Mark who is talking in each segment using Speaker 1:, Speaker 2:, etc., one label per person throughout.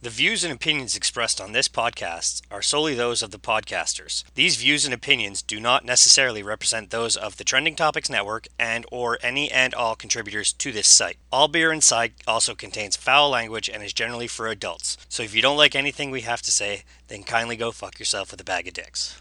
Speaker 1: The views and opinions expressed on this podcast are solely those of the podcasters. These views and opinions do not necessarily represent those of the Trending Topics Network and or any and all contributors to this site. All Beer Inside also contains foul language and is generally for adults. So if you don't like anything we have to say, then kindly go fuck yourself with a bag of dicks.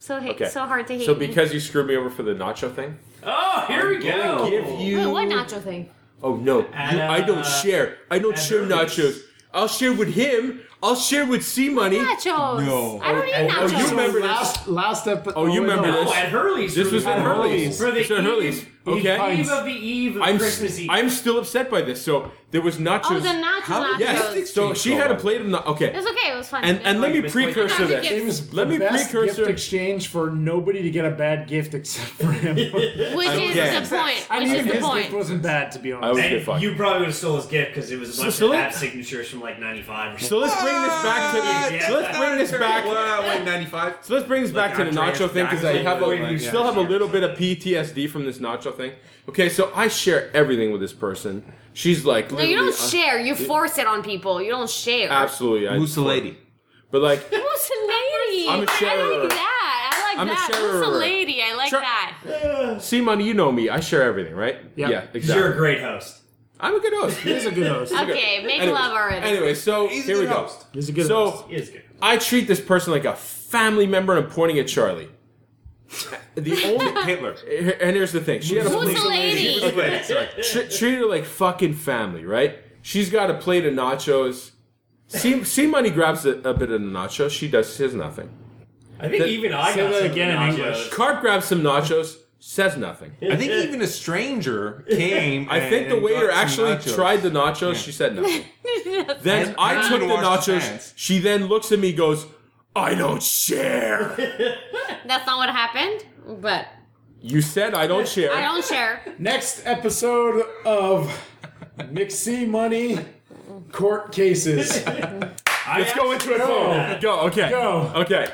Speaker 2: So hate,
Speaker 3: Okay.
Speaker 2: so hard to hate.
Speaker 3: So
Speaker 2: me.
Speaker 3: because you screwed me over for the nacho thing,
Speaker 4: Oh, here we go.
Speaker 5: Oh.
Speaker 3: give you.
Speaker 2: Wait, what nacho thing?
Speaker 3: Oh no, you, I don't share. I don't share nachos. I'll share with him. I'll share with C Money.
Speaker 2: Nachos.
Speaker 5: No.
Speaker 2: I don't eat
Speaker 3: oh,
Speaker 2: nachos.
Speaker 3: you remember
Speaker 5: last last episode?
Speaker 3: Oh, you remember
Speaker 4: Oh,
Speaker 3: this?
Speaker 4: at Hurley's.
Speaker 3: This
Speaker 4: for
Speaker 3: was
Speaker 4: the-
Speaker 3: at Hurley's.
Speaker 4: For the
Speaker 3: It's at
Speaker 4: eve-
Speaker 3: Hurley's.
Speaker 4: the
Speaker 3: Okay.
Speaker 4: Eve of the eve of
Speaker 3: I'm
Speaker 4: Christmas Eve.
Speaker 3: I'm still upset by this. So there was nachos.
Speaker 2: Oh, the nachos. nachos.
Speaker 3: Yes. So she had a plate of nachos. Okay.
Speaker 2: It was okay. It was fun.
Speaker 3: And and let me
Speaker 4: Like biscuit.
Speaker 3: precursor
Speaker 2: Nachos
Speaker 3: this.
Speaker 2: again.
Speaker 5: It was
Speaker 3: Let
Speaker 5: the
Speaker 3: me
Speaker 5: best
Speaker 3: precursor-
Speaker 5: gift exchange for nobody to get a bad gift except for him.
Speaker 2: which is
Speaker 3: Okay.
Speaker 2: the point.
Speaker 5: I
Speaker 2: Which
Speaker 5: mean,
Speaker 2: is the
Speaker 5: his gift
Speaker 2: point.
Speaker 5: wasn't bad to be
Speaker 3: I was
Speaker 5: honest.
Speaker 3: good fun.
Speaker 4: you probably would have stole his gift because it was a bunch
Speaker 3: so
Speaker 4: of
Speaker 3: let-
Speaker 4: app signatures from like '95 or something.
Speaker 3: So let's bring this back to the.
Speaker 4: Yeah.
Speaker 3: So let's bring this back.
Speaker 6: Wow, wait, 95?
Speaker 3: So let's bring this back to the
Speaker 4: Andreas
Speaker 3: nacho thing because I
Speaker 4: Baxter.
Speaker 3: have a,
Speaker 4: Wait,
Speaker 3: you
Speaker 4: yeah,
Speaker 3: still have a
Speaker 4: sure.
Speaker 3: little bit of PTSD from this nacho thing. Okay, so I share everything with this person. She's like,
Speaker 2: No, you
Speaker 3: literally,
Speaker 2: don't
Speaker 3: uh,
Speaker 2: share. You force it on people. You don't share.
Speaker 3: Absolutely, I,
Speaker 6: Who's the lady?
Speaker 3: but like,
Speaker 2: Who's the lady?
Speaker 3: I'm a
Speaker 2: I
Speaker 3: sharer.
Speaker 2: like that. I like
Speaker 3: I'm a
Speaker 2: that. Who's the
Speaker 3: sharer.
Speaker 2: lady? I like
Speaker 3: Sure.
Speaker 2: that.
Speaker 3: see, money, you know me. I share everything, right?
Speaker 5: Yeah.
Speaker 3: Yeah, exactly.
Speaker 4: You're a great host.
Speaker 3: I'm a good host.
Speaker 5: He's a good host.
Speaker 2: Okay, make
Speaker 3: Anyways-
Speaker 2: love already.
Speaker 3: Anyway, so
Speaker 6: He's a
Speaker 3: here we
Speaker 6: good
Speaker 3: go.
Speaker 6: host.
Speaker 5: He's a good
Speaker 3: so
Speaker 5: host.
Speaker 4: He is good.
Speaker 3: I treat this person like a family member, and I'm pointing at Charlie. The only
Speaker 6: Hitler.
Speaker 3: and here's the thing: she had a
Speaker 2: Who's the lady?
Speaker 3: Wait, sorry. Tr- treat her like fucking family, right? She's got a plate of nachos. See, see, money grabs a, a bit of the nacho. She does his nothing.
Speaker 4: I think
Speaker 3: That-
Speaker 4: even I
Speaker 5: Say
Speaker 4: got
Speaker 5: that
Speaker 4: some
Speaker 5: again in
Speaker 4: nachos.
Speaker 5: English.
Speaker 3: Carp grabs some nachos. Says nothing.
Speaker 6: I think even a stranger came.
Speaker 3: I think
Speaker 6: and-
Speaker 3: the
Speaker 6: and
Speaker 3: waiter
Speaker 6: got some
Speaker 3: actually
Speaker 6: nachos.
Speaker 3: tried the nachos. She said nothing. then
Speaker 6: And-
Speaker 3: I
Speaker 6: and
Speaker 3: took the
Speaker 6: you washed your
Speaker 3: nachos.
Speaker 6: hands.
Speaker 3: She then looks at me, goes, "I don't share."
Speaker 2: That's not what happened, but
Speaker 3: you said I don't share.
Speaker 2: I don't share.
Speaker 5: Next episode of Mixie Money Court Cases.
Speaker 3: Let's go into it. Go. Go. Okay.
Speaker 5: Go.
Speaker 3: Okay.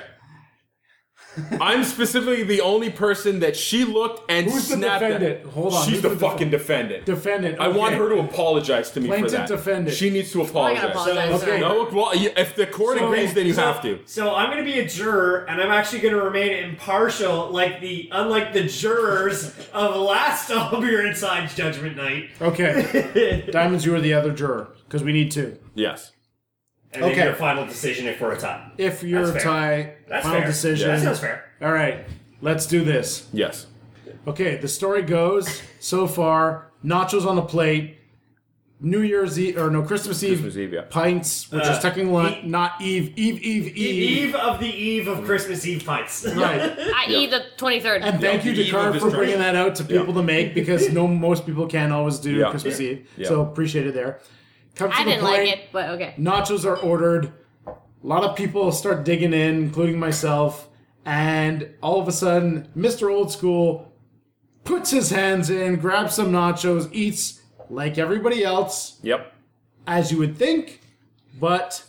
Speaker 3: I'm specifically the only person that she looked and
Speaker 5: Who's the
Speaker 3: snapped
Speaker 5: defendant?
Speaker 3: at.
Speaker 5: Hold on.
Speaker 3: She's
Speaker 5: Who's
Speaker 3: the,
Speaker 5: the
Speaker 3: fucking defendant.
Speaker 5: Defendant.
Speaker 3: I want
Speaker 5: okay.
Speaker 3: her to apologize to me
Speaker 5: Plaintiff
Speaker 3: for that.
Speaker 5: defendant.
Speaker 3: She needs to
Speaker 2: I
Speaker 3: apologize.
Speaker 2: gotta apologize. sir.
Speaker 5: Okay.
Speaker 3: No, well, you- if the court
Speaker 5: So-
Speaker 3: agrees, then you
Speaker 4: so,
Speaker 3: have to.
Speaker 4: So I'm going to be a juror, and I'm actually going to remain impartial, like the unlike the jurors of last All Beer Inside Judgment Night.
Speaker 5: Okay. Diamonds, you are the other juror because we need two.
Speaker 3: Yes.
Speaker 4: And okay.
Speaker 5: Okay.
Speaker 4: then your final decision if we're a tie.
Speaker 5: If you're
Speaker 4: That's
Speaker 5: a tie,
Speaker 4: That's
Speaker 5: final
Speaker 4: fair.
Speaker 5: decision.
Speaker 4: That sounds fair.
Speaker 5: All right, let's do this.
Speaker 3: Yes.
Speaker 5: Okay, the story goes so far: nachos on a plate, New Year's Eve or no Christmas Eve,
Speaker 3: Christmas Eve, yeah.
Speaker 5: pints, which is technically
Speaker 4: Eve-
Speaker 5: not Eve, Eve, Eve, Eve.
Speaker 4: The eve of the eve of Christmas Eve pints.
Speaker 5: Right.
Speaker 2: I.e. the 23rd.
Speaker 5: And thank
Speaker 3: Yeah,
Speaker 5: you
Speaker 3: the
Speaker 5: to
Speaker 3: eve
Speaker 5: Carl
Speaker 3: of
Speaker 5: for
Speaker 3: destruction.
Speaker 5: bringing that out to people to make because no most people can always do
Speaker 3: Yeah.
Speaker 5: Christmas Eve.
Speaker 3: Yeah.
Speaker 5: So appreciate it there. Comes to
Speaker 2: I
Speaker 5: the
Speaker 2: didn't like
Speaker 5: point,
Speaker 2: it, but okay.
Speaker 5: nachos are ordered. A lot of people start digging in, including myself. And all of a sudden, Mr. Old School puts his hands in, grabs some nachos, eats like everybody else,
Speaker 3: Yep.
Speaker 5: as you would think. But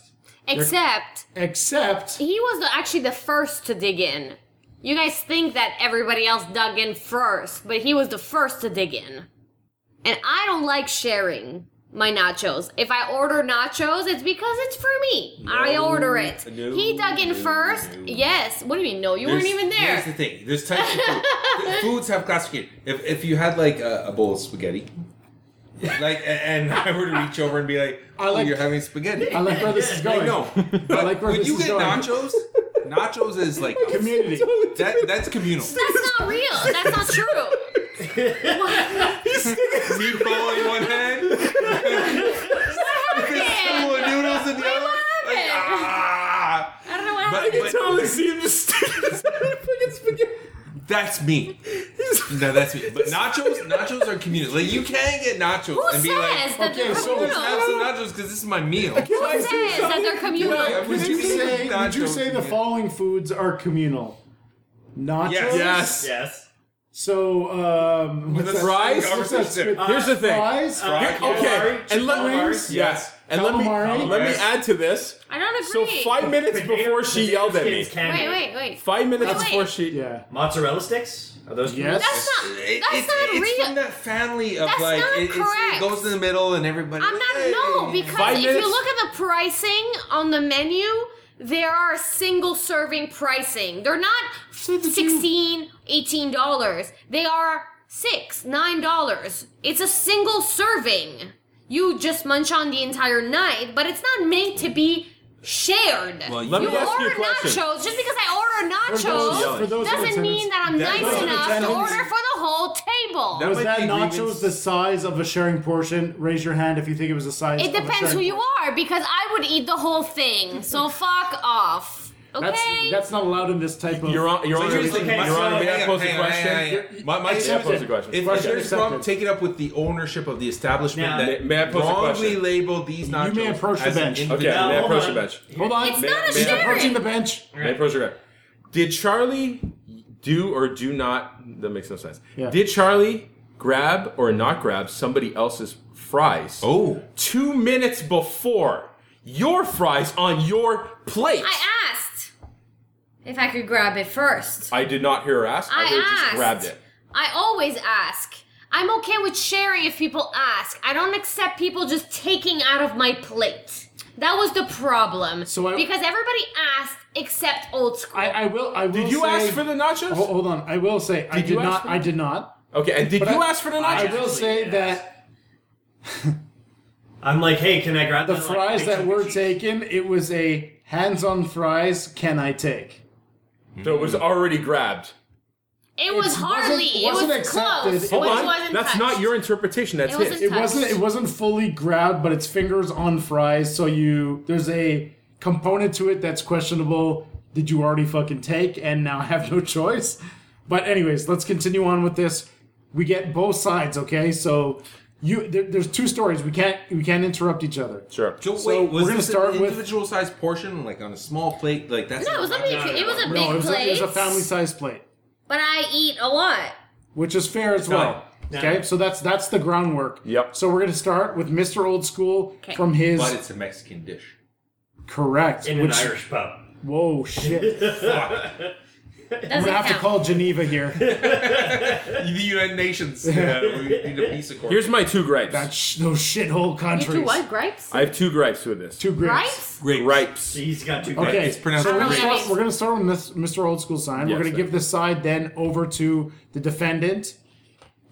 Speaker 2: Except
Speaker 5: except,
Speaker 2: he was the, actually the first to dig in. You guys think that everybody else dug in first, but he was the first to dig in. And I don't like sharing my nachos. If I order nachos, it's because it's for me. I order it.
Speaker 6: no,
Speaker 2: he dug in
Speaker 6: no,
Speaker 2: first.
Speaker 6: no.
Speaker 2: Yes. What do you mean? No, you weren't
Speaker 6: There's-
Speaker 2: even there.
Speaker 6: Here's the thing. There's types of food. The Foods have classification. If, if you had like a, a bowl of spaghetti, like, a- and I were to reach over and be like,
Speaker 5: I
Speaker 6: "Oh,
Speaker 5: like-
Speaker 6: you're having spaghetti."
Speaker 5: I like where this is going.
Speaker 6: I know.
Speaker 5: I like where
Speaker 6: when
Speaker 5: this
Speaker 6: you
Speaker 5: is
Speaker 6: get
Speaker 5: going.
Speaker 6: nachos, nachos is like
Speaker 5: Community.
Speaker 6: that. That's communal.
Speaker 2: That's not real. That's not true.
Speaker 6: Meatball in one hand,
Speaker 2: Happened.
Speaker 6: full of noodles in the other. Like,
Speaker 2: happened?
Speaker 6: ah.
Speaker 2: I don't know what
Speaker 6: But-
Speaker 2: happened.
Speaker 6: but-
Speaker 3: totally see him just fucking spaghetti.
Speaker 6: That's me. No, that's me. But nachos, nachos are communal. Like you can get nachos
Speaker 2: Who
Speaker 6: and
Speaker 2: says
Speaker 6: be like,
Speaker 2: that they're
Speaker 5: okay, so
Speaker 6: "Let's have
Speaker 2: communal?
Speaker 6: some nachos because this is my meal."
Speaker 2: Who says that they're communal?
Speaker 6: I-
Speaker 5: Would
Speaker 6: Would
Speaker 5: you
Speaker 6: you
Speaker 5: say,
Speaker 6: say
Speaker 5: would you
Speaker 6: nachos
Speaker 5: say the
Speaker 6: again?
Speaker 5: following foods are communal? Nachos,
Speaker 6: Yes.
Speaker 3: Yes.
Speaker 4: yes.
Speaker 5: So, um,
Speaker 6: With
Speaker 5: what's
Speaker 6: a
Speaker 5: that-
Speaker 3: fries?
Speaker 5: what's that script?
Speaker 3: Here's the thing.
Speaker 5: Fries?
Speaker 3: Okay,
Speaker 6: Fries?
Speaker 1: Calamari?
Speaker 3: and let
Speaker 5: Chicken
Speaker 3: yes,
Speaker 5: wings?
Speaker 3: and let me
Speaker 5: Calamari?
Speaker 3: let me
Speaker 6: Yes.
Speaker 3: add to this.
Speaker 2: I don't
Speaker 3: So
Speaker 2: agree.
Speaker 3: five minutes
Speaker 1: Potato-
Speaker 3: before she
Speaker 1: potato
Speaker 3: yelled at me.
Speaker 1: skins can be.
Speaker 2: Wait, wait, wait.
Speaker 3: Five minutes
Speaker 2: Wait.
Speaker 3: before she.
Speaker 5: yeah.
Speaker 1: Mozzarella sticks? Are those
Speaker 5: Yes.
Speaker 2: That's not.
Speaker 6: It-
Speaker 2: That's
Speaker 6: it's,
Speaker 2: not
Speaker 6: it's
Speaker 2: real.
Speaker 6: from that family of
Speaker 2: That's
Speaker 6: like
Speaker 2: not
Speaker 6: it, it's-
Speaker 2: correct.
Speaker 6: it goes in the middle and everybody.
Speaker 2: I'm not
Speaker 6: Hey.
Speaker 2: no because
Speaker 3: Five
Speaker 2: if
Speaker 3: minutes?
Speaker 2: you look at the pricing on the menu, there are single serving pricing. They're not sixteen, eighteen dollars. They are six, nine dollars. It's a single serving. You just munch on the entire night, but it's not meant to be shared.
Speaker 6: Well,
Speaker 3: Let
Speaker 2: you
Speaker 3: me ask you a
Speaker 2: order
Speaker 3: question.
Speaker 2: nachos just because I order
Speaker 5: For those-
Speaker 2: nachos
Speaker 5: for those in
Speaker 2: doesn't mean
Speaker 5: attendance-
Speaker 2: that I'm
Speaker 6: That- those
Speaker 2: nice
Speaker 6: in
Speaker 2: enough to
Speaker 6: attendance-
Speaker 2: order for the whole table.
Speaker 6: That
Speaker 5: Was
Speaker 6: might
Speaker 5: that
Speaker 6: be
Speaker 5: nachos
Speaker 6: grievance.
Speaker 5: the size of a sharing portion? Raise your hand if you think it was the size.
Speaker 2: It
Speaker 5: of a
Speaker 2: depends who
Speaker 5: sharing
Speaker 2: you
Speaker 5: portion.
Speaker 2: are because I would eat the whole thing. So fuck off. Okay?
Speaker 5: That's that's not allowed in this type of.
Speaker 3: Your Honor, Your
Speaker 6: So
Speaker 3: Honor,
Speaker 6: here's the
Speaker 3: Your
Speaker 6: case.
Speaker 3: Honor, may
Speaker 6: Hang
Speaker 3: I
Speaker 6: on,
Speaker 3: pose a
Speaker 6: hang on, hang on, hang
Speaker 3: question?
Speaker 6: on.
Speaker 3: My, my
Speaker 6: If-
Speaker 3: may I pose a question.
Speaker 6: If
Speaker 5: Question
Speaker 6: there's
Speaker 5: accepted.
Speaker 6: problem, take it up with the ownership of the establishment
Speaker 1: Now-
Speaker 6: that
Speaker 3: May- may I pose a
Speaker 6: wrongly
Speaker 3: question?
Speaker 6: labeled these nachos.
Speaker 5: You may approach the
Speaker 6: as an
Speaker 5: bench.
Speaker 6: infant.
Speaker 3: okay,
Speaker 1: Now,
Speaker 3: may I
Speaker 1: hold
Speaker 3: approach
Speaker 1: on.
Speaker 3: the bench?
Speaker 5: Hold on.
Speaker 2: it's
Speaker 3: may-
Speaker 2: not a
Speaker 3: may I-
Speaker 5: He's
Speaker 2: sharing.
Speaker 5: approaching the bench.
Speaker 3: May I approach the bench? Did Charlie do or do not? That makes no sense.
Speaker 5: Yeah.
Speaker 3: Did Charlie grab or not grab somebody else's fries?
Speaker 6: Oh,
Speaker 3: two minutes before your fries on your plate.
Speaker 2: I asked if I could grab it first.
Speaker 3: I did not hear her ask. I,
Speaker 2: I
Speaker 3: heard just
Speaker 2: asked.
Speaker 3: grabbed it.
Speaker 2: I always ask. I'm okay with sharing if people ask. I don't accept people just taking out of my plate. That was the problem.
Speaker 5: So I-
Speaker 2: because everybody asked except old school.
Speaker 5: I, I will. I will.
Speaker 3: Did you
Speaker 5: say,
Speaker 3: ask for the nachos?
Speaker 5: Ho- Hold on. I will say. I
Speaker 3: Did
Speaker 5: did
Speaker 3: you ask
Speaker 5: not.
Speaker 3: for-
Speaker 5: I did not.
Speaker 3: Okay, and did
Speaker 5: But
Speaker 3: you
Speaker 5: I-
Speaker 3: ask for the
Speaker 5: I
Speaker 3: nachos?
Speaker 5: will say
Speaker 1: yes.
Speaker 5: that
Speaker 1: I'm like, hey, can I grab
Speaker 5: the
Speaker 1: that, like,
Speaker 5: fries
Speaker 1: big
Speaker 5: that
Speaker 1: chunk of
Speaker 5: were
Speaker 1: cheese?
Speaker 5: taken, it was a hands-on fries. Can I take?
Speaker 3: So it was already grabbed.
Speaker 2: it was
Speaker 5: wasn't-
Speaker 2: hardly.
Speaker 5: wasn't
Speaker 2: it was
Speaker 5: accepted.
Speaker 2: close.
Speaker 5: Hold
Speaker 2: which
Speaker 5: on,
Speaker 2: wasn't
Speaker 3: That's
Speaker 2: touched.
Speaker 3: not your interpretation. That's
Speaker 2: It
Speaker 3: his.
Speaker 2: wasn't
Speaker 5: It
Speaker 2: Touched.
Speaker 5: wasn't. It wasn't fully grabbed, but it's fingers on fries. So you there's a component to it that's questionable. Did you already fucking take and now have no choice? But anyways, let's continue on with this. We get both sides, okay? So you there, there's two stories. We can't we can't interrupt each other.
Speaker 3: Sure.
Speaker 6: so,
Speaker 5: So
Speaker 6: wait, was
Speaker 5: we're gonna
Speaker 6: this
Speaker 5: start
Speaker 6: an
Speaker 5: with-
Speaker 6: individual sized portion, like on a small plate, like that's
Speaker 2: No, it was a big. It was a big
Speaker 5: No, it was, a,
Speaker 2: plate.
Speaker 5: it was a family sized plate,
Speaker 2: But I eat a lot.
Speaker 5: which is fair as well.
Speaker 1: No.
Speaker 5: Okay, so that's that's the groundwork.
Speaker 3: Yep.
Speaker 5: So we're gonna start with Mr. Old School
Speaker 2: 'Kay.
Speaker 5: from his
Speaker 6: but it's a Mexican dish.
Speaker 5: correct.
Speaker 1: in
Speaker 5: which,
Speaker 1: an Irish pub.
Speaker 5: Whoa, shit! I'm
Speaker 2: Doesn't
Speaker 5: gonna have to
Speaker 2: count.
Speaker 5: call Geneva here.
Speaker 6: the United Nations. Yeah, we need a piece of course.
Speaker 3: Here's my two gripes.
Speaker 5: That sh- those shithole
Speaker 2: You
Speaker 5: countries.
Speaker 2: two what? Gripes?
Speaker 3: I have two gripes with this.
Speaker 5: Two grapes.
Speaker 2: Gripes?
Speaker 6: Grapes.
Speaker 3: gripes.
Speaker 1: He's got two
Speaker 5: Okay,
Speaker 1: guys.
Speaker 6: It's pronounced
Speaker 5: so we're
Speaker 2: I
Speaker 5: gonna,
Speaker 2: don't know what
Speaker 5: start,
Speaker 2: that
Speaker 5: we're gonna start with this- Mr. Old School sign.
Speaker 3: Yes,
Speaker 5: we're gonna
Speaker 3: sir.
Speaker 5: give this side then over to the defendant,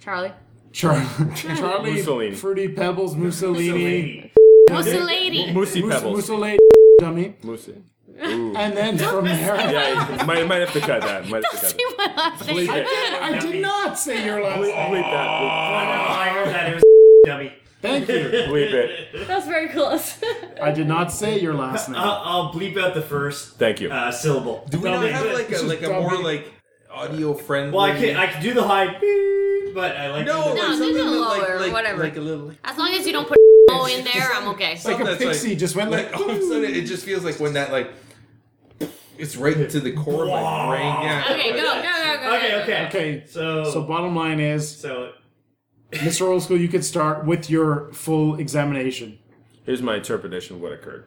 Speaker 2: Charlie.
Speaker 5: Char- Charlie
Speaker 3: Mussolini.
Speaker 5: Fruity Pebbles Mussolini,
Speaker 2: What's the lady?
Speaker 3: Moosey
Speaker 5: Mus-
Speaker 3: pebbles.
Speaker 5: Mussolini dummy,
Speaker 3: Moosey.
Speaker 5: and then from there.
Speaker 3: Yeah, you might, might have to cut that. Might have to cut
Speaker 2: See my last name?
Speaker 5: I did, I did not say your last
Speaker 3: that.
Speaker 5: name.
Speaker 3: Bleep that.
Speaker 1: Oh, I heard that it was dummy.
Speaker 5: Thank
Speaker 6: Oh.
Speaker 5: you.
Speaker 3: Bleep it.
Speaker 2: That was very close.
Speaker 5: I did not say your last name.
Speaker 1: I'll, I'll bleep out the first
Speaker 3: Thank you.
Speaker 1: uh, syllable.
Speaker 6: Do we not
Speaker 5: Dummy.
Speaker 6: have like a
Speaker 5: This is
Speaker 6: like a more
Speaker 5: dummy.
Speaker 6: like audio friendly?
Speaker 1: Well, I can I can do the high, beep, but I like
Speaker 6: no,
Speaker 1: to
Speaker 2: No,
Speaker 6: like
Speaker 2: do
Speaker 6: something
Speaker 2: the
Speaker 6: that,
Speaker 2: lower,
Speaker 6: like,
Speaker 2: whatever.
Speaker 6: Like a little.
Speaker 2: As long as you don't put O in there, I'm okay.
Speaker 5: like a
Speaker 6: That's
Speaker 5: pixie, just went like,
Speaker 6: all of a sudden. It just feels like when that like it's right into the core of my brain. Yeah.
Speaker 2: Okay, go, go, go, go. go.
Speaker 1: Okay, okay,
Speaker 5: Okay.
Speaker 1: So
Speaker 5: So bottom line is,
Speaker 1: so
Speaker 5: Mr. Old School, you could start with your full examination.
Speaker 3: Here's my interpretation of what occurred.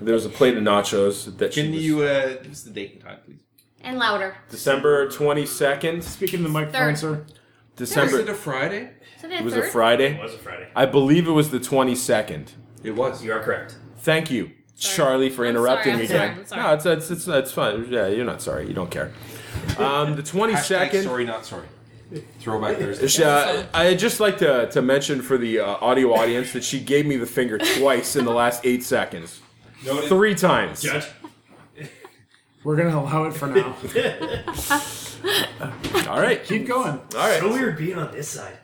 Speaker 3: there was a plate of nachos that she
Speaker 6: Can
Speaker 3: was-
Speaker 6: you uh, give us the date and time, please?
Speaker 2: And louder.
Speaker 3: December 22nd.
Speaker 5: Speaking to the microphone,
Speaker 2: Third.
Speaker 5: sir.
Speaker 6: Was it
Speaker 3: December.
Speaker 6: a Friday?
Speaker 2: So that
Speaker 3: It was a
Speaker 2: third?
Speaker 1: it
Speaker 3: Friday.
Speaker 1: was a Friday.
Speaker 3: I believe it was the 22nd.
Speaker 6: It was.
Speaker 1: You are correct.
Speaker 3: Thank you, Charlie, for interrupting
Speaker 2: sorry, I'm
Speaker 3: me again.
Speaker 2: sorry, I'm sorry.
Speaker 3: No, it's, it's it's it's fine. Yeah, you're not sorry. You don't care. Um, the
Speaker 6: Hashtag
Speaker 3: 22nd.
Speaker 6: sorry, not sorry. Throwback Thursday.
Speaker 3: Uh, I'd just like to, to mention for the uh, audio audience that she gave me the finger twice in the last eight seconds.
Speaker 6: Noted.
Speaker 3: Three times.
Speaker 1: Judge.
Speaker 5: We're gonna allow it for now.
Speaker 3: All right.
Speaker 5: Keep going.
Speaker 3: All right.
Speaker 1: So weird being on this side.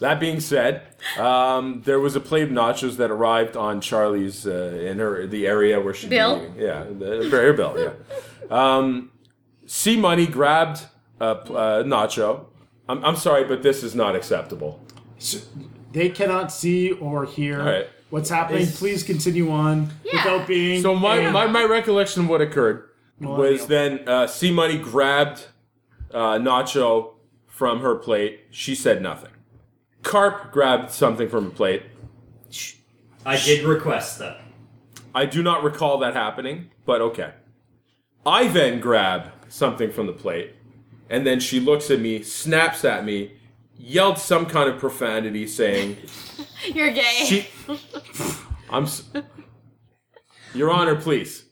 Speaker 3: That being said, um, there was a plate of nachos that arrived on Charlie's uh, in her the area where she
Speaker 2: Bill?
Speaker 3: yeah, the, her bill, yeah. Um, C Money grabbed a p- uh, nacho. I'm, I'm sorry, but this is not acceptable.
Speaker 5: S- They cannot see or hear
Speaker 3: right.
Speaker 5: what's happening.
Speaker 1: It's-
Speaker 5: Please continue on
Speaker 2: Yeah.
Speaker 5: without being.
Speaker 3: So my,
Speaker 5: a-
Speaker 3: my, my recollection of what occurred was then uh, C Money grabbed uh, nacho from her plate. She said nothing. Carp grabbed something from a plate.
Speaker 1: I did request that.
Speaker 3: I do not recall that happening, but okay. I then grab something from the plate, and then she looks at me, snaps at me, yelled some kind of profanity, saying,
Speaker 2: You're gay.
Speaker 3: she I'm s- Your Honor, please.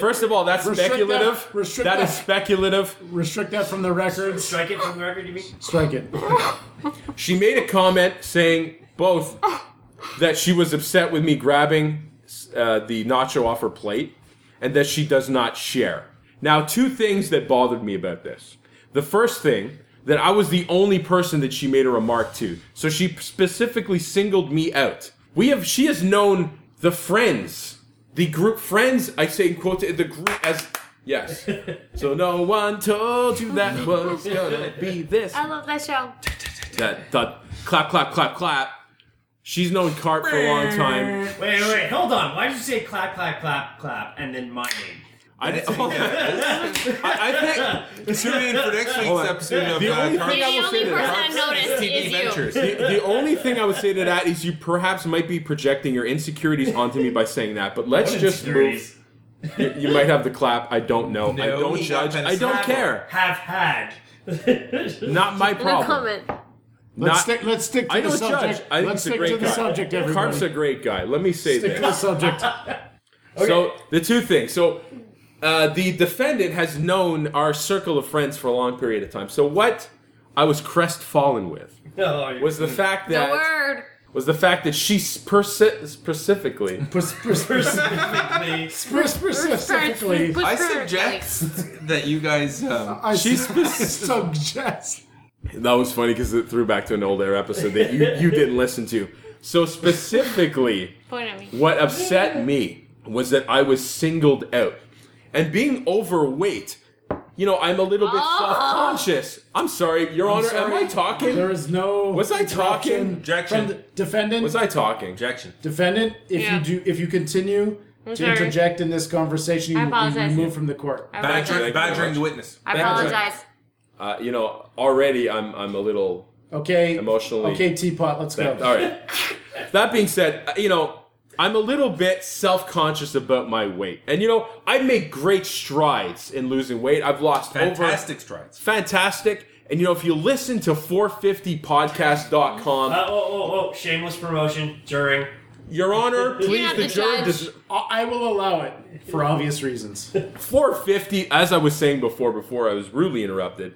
Speaker 3: First of all, that's
Speaker 5: Restrict that-
Speaker 3: speculative.
Speaker 5: restrict
Speaker 3: that
Speaker 5: that.
Speaker 3: is speculative.
Speaker 5: Restrict that from the records.
Speaker 1: Strike it from the record, you mean?
Speaker 5: Strike it.
Speaker 3: She made a comment saying both that she was upset with me grabbing uh, the nacho off her plate and that she does not share. Now, two things that bothered me about this. The first thing, that I was the only person that she made a remark to. So she specifically singled me out. We have, she has known the friends, the group friends, I say in quote, the group as, yes. So no one told you that was gonna be this
Speaker 2: I love that show.
Speaker 3: that that clap clap clap clap. She's known Carp for a long time.
Speaker 1: Wait, wait, wait, hold on. Why did you say clap, clap, clap, clap, and then my name?
Speaker 3: I, oh, I, I think
Speaker 6: Tune in for next week's
Speaker 3: Hold on.
Speaker 6: episode of
Speaker 3: The
Speaker 6: uh,
Speaker 3: only
Speaker 6: Car-
Speaker 3: thing
Speaker 2: You're
Speaker 3: I
Speaker 2: the
Speaker 3: will say
Speaker 2: only
Speaker 3: to
Speaker 2: person
Speaker 3: that,
Speaker 2: I've noticed
Speaker 6: TV
Speaker 2: is you.
Speaker 6: Ventures.
Speaker 3: the, the only thing I would say to that is you perhaps might be projecting your insecurities onto me by saying that. But let's just move.
Speaker 1: Insecurities.
Speaker 3: You, you might have the clap. I don't know. I
Speaker 6: No,
Speaker 3: don't
Speaker 6: we got
Speaker 3: judge. I don't
Speaker 6: Pensacola.
Speaker 3: care.
Speaker 1: Have had.
Speaker 3: Not my
Speaker 2: No
Speaker 3: problem.
Speaker 2: comment.
Speaker 3: Not-
Speaker 5: Let's stick. Let's stick to
Speaker 3: I
Speaker 5: the
Speaker 3: don't
Speaker 5: subject.
Speaker 3: judge. I think
Speaker 5: let's
Speaker 3: he's a
Speaker 5: stick
Speaker 3: great
Speaker 5: to the
Speaker 3: guy.
Speaker 5: subject, everybody.
Speaker 3: Carp's a great guy. Let me say
Speaker 5: stick
Speaker 3: this.
Speaker 5: to the subject.
Speaker 3: So the two things. So uh, the defendant has known our circle of friends for a long period of time. So what I was crestfallen with
Speaker 1: No, you-
Speaker 3: was the fact
Speaker 2: The
Speaker 3: that
Speaker 2: word.
Speaker 3: was the fact that she persi- specifically
Speaker 5: Pers- pers- pers-
Speaker 1: Specifically,
Speaker 5: pers- specifically,
Speaker 2: Pers-
Speaker 6: I
Speaker 2: pers-
Speaker 6: suggest that you guys. Um,
Speaker 5: I
Speaker 3: She
Speaker 5: suggest.
Speaker 3: that was funny because it threw back to an old air episode that you, you didn't listen to. So specifically.
Speaker 2: Point at me.
Speaker 3: What upset me was that I was singled out. And being overweight, you know, I'm a little bit
Speaker 2: Oh.
Speaker 3: self conscious. I'm sorry, Your Honor,
Speaker 5: sorry.
Speaker 3: am I talking?
Speaker 5: There is no.
Speaker 3: Was I talking?
Speaker 5: interruption
Speaker 6: Objection.
Speaker 5: From the defendant.
Speaker 3: Was I talking?
Speaker 6: objection.
Speaker 5: defendant, if
Speaker 2: Yeah.
Speaker 5: you do, if you continue to
Speaker 2: sorry.
Speaker 5: interject in this conversation, you
Speaker 2: I
Speaker 5: will be
Speaker 2: apologize.
Speaker 5: removed from the court.
Speaker 2: I
Speaker 6: Badgering,
Speaker 2: apologize.
Speaker 6: badgering the witness.
Speaker 2: I apologize.
Speaker 3: Uh, you know, already I'm, I'm a little.
Speaker 5: Okay.
Speaker 3: Emotionally-
Speaker 5: Okay, teapot. Let's go.
Speaker 3: All right. that being said, uh, you know, I'm a little bit self conscious about my weight. And, you know, I made great strides in losing weight. I've lost over
Speaker 6: Fantastic strides.
Speaker 3: fantastic. And you know, if you listen to 450podcast.com,
Speaker 1: uh, oh, oh, oh, shameless promotion during.
Speaker 3: Your Honor, please,
Speaker 2: not
Speaker 3: the
Speaker 2: the
Speaker 3: juror
Speaker 2: judge.
Speaker 3: does.
Speaker 5: I I will allow it for obvious reasons.
Speaker 3: 450, as I was saying before, before I was rudely interrupted.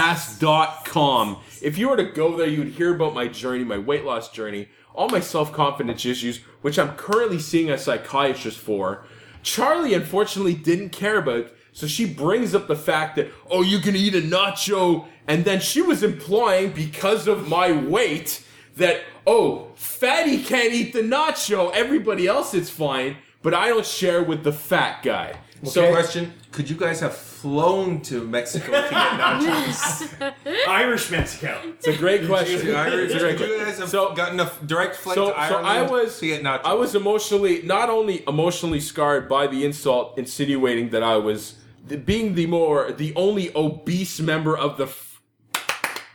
Speaker 3: 450podcast.com. If you were to go there, you'd hear about my journey, my weight loss journey, all my self confidence issues, which I'm currently seeing a psychiatrist for. Charlie, unfortunately, didn't care about, so she brings up the fact that, oh, you can eat a nacho. And then she was implying, because of my weight, that oh fatty can't eat the nacho everybody else it's fine but i don't share with the fat guy
Speaker 5: Okay.
Speaker 3: so
Speaker 6: Question: Could you guys have flown to Mexico to get nachos?
Speaker 1: Irish Mexico.
Speaker 3: it's a great question
Speaker 6: to Ireland?
Speaker 3: It's a great
Speaker 6: Could you
Speaker 3: question.
Speaker 6: guys have
Speaker 3: so
Speaker 6: gotten a f- direct flight
Speaker 3: so, so
Speaker 6: to Ireland
Speaker 3: I was
Speaker 6: to get nachos?
Speaker 3: I was emotionally not only emotionally scarred by the insult insinuating that I was the, being the more the only obese member of the f-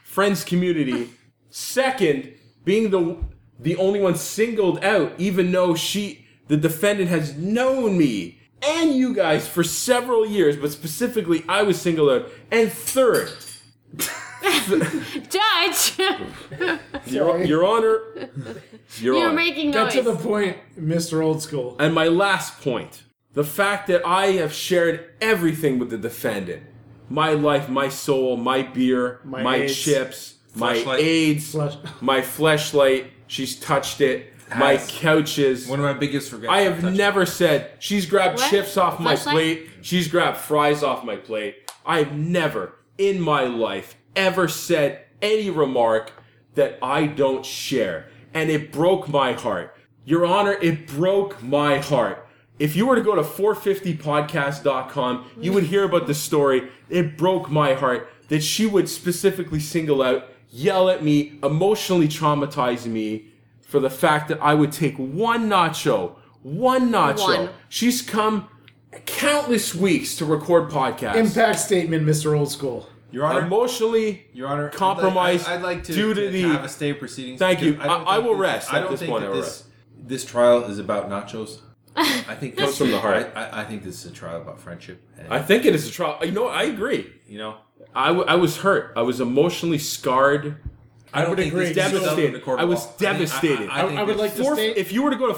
Speaker 3: friends community. Second, being the the only one singled out, even though she the defendant has known me and you guys for several years, but specifically I was singled out. And third,
Speaker 2: Judge.
Speaker 3: Your,
Speaker 5: Sorry.
Speaker 3: Your Honor, Your
Speaker 2: You're
Speaker 3: Honor.
Speaker 2: making
Speaker 5: Get
Speaker 2: noise.
Speaker 5: to the point, Mr. Old School.
Speaker 3: And my last point the fact that I have shared everything with the defendant my life, my soul, my beer, my,
Speaker 5: My AIDS.
Speaker 3: chips, my
Speaker 6: Fleshlight.
Speaker 3: AIDS,
Speaker 5: Flesh-
Speaker 3: my fleshlight. She's touched it. My
Speaker 6: Has.
Speaker 3: couches.
Speaker 6: One of my biggest regrets.
Speaker 3: I
Speaker 6: of
Speaker 3: have
Speaker 6: touching-
Speaker 3: never said she's grabbed
Speaker 2: What?
Speaker 3: chips off my
Speaker 2: Fleshlight?
Speaker 3: plate. She's grabbed fries off my plate. I've never in my life ever said any remark that I don't share. And it broke my heart. Your Honor, it broke my heart. If you were to go to 450podcast.com, you would hear about the story. It broke my heart that she would specifically single out, yell at me, emotionally traumatize me for the fact that I would take one nacho, one nacho.
Speaker 2: One.
Speaker 3: She's come countless weeks to record podcasts.
Speaker 5: Impact statement, Mr. Old School.
Speaker 6: Your Honor,
Speaker 3: Emotionally,
Speaker 6: Your Honor, I'd like-
Speaker 3: compromised
Speaker 6: I'd, like to
Speaker 3: due to
Speaker 6: to
Speaker 3: the-
Speaker 6: have a stay of proceedings.
Speaker 3: Thank you.
Speaker 6: don't
Speaker 3: I- I
Speaker 6: think
Speaker 3: will
Speaker 6: that-
Speaker 3: rest
Speaker 6: I
Speaker 3: at
Speaker 6: don't
Speaker 3: this
Speaker 6: think
Speaker 3: point,
Speaker 6: that
Speaker 3: I will
Speaker 6: this, this trial is about nachos. I think
Speaker 3: Comes
Speaker 6: this-
Speaker 3: from the heart.
Speaker 6: I, I, I think this is a trial about friendship. And,
Speaker 3: I think it is a trial. You know, I agree.
Speaker 6: you know.
Speaker 3: I, w- I was hurt. I was emotionally scarred.
Speaker 6: I
Speaker 3: would agree. Devastated. I was devastated.
Speaker 5: I, I would like to
Speaker 3: Four,
Speaker 5: state
Speaker 3: if you were to go to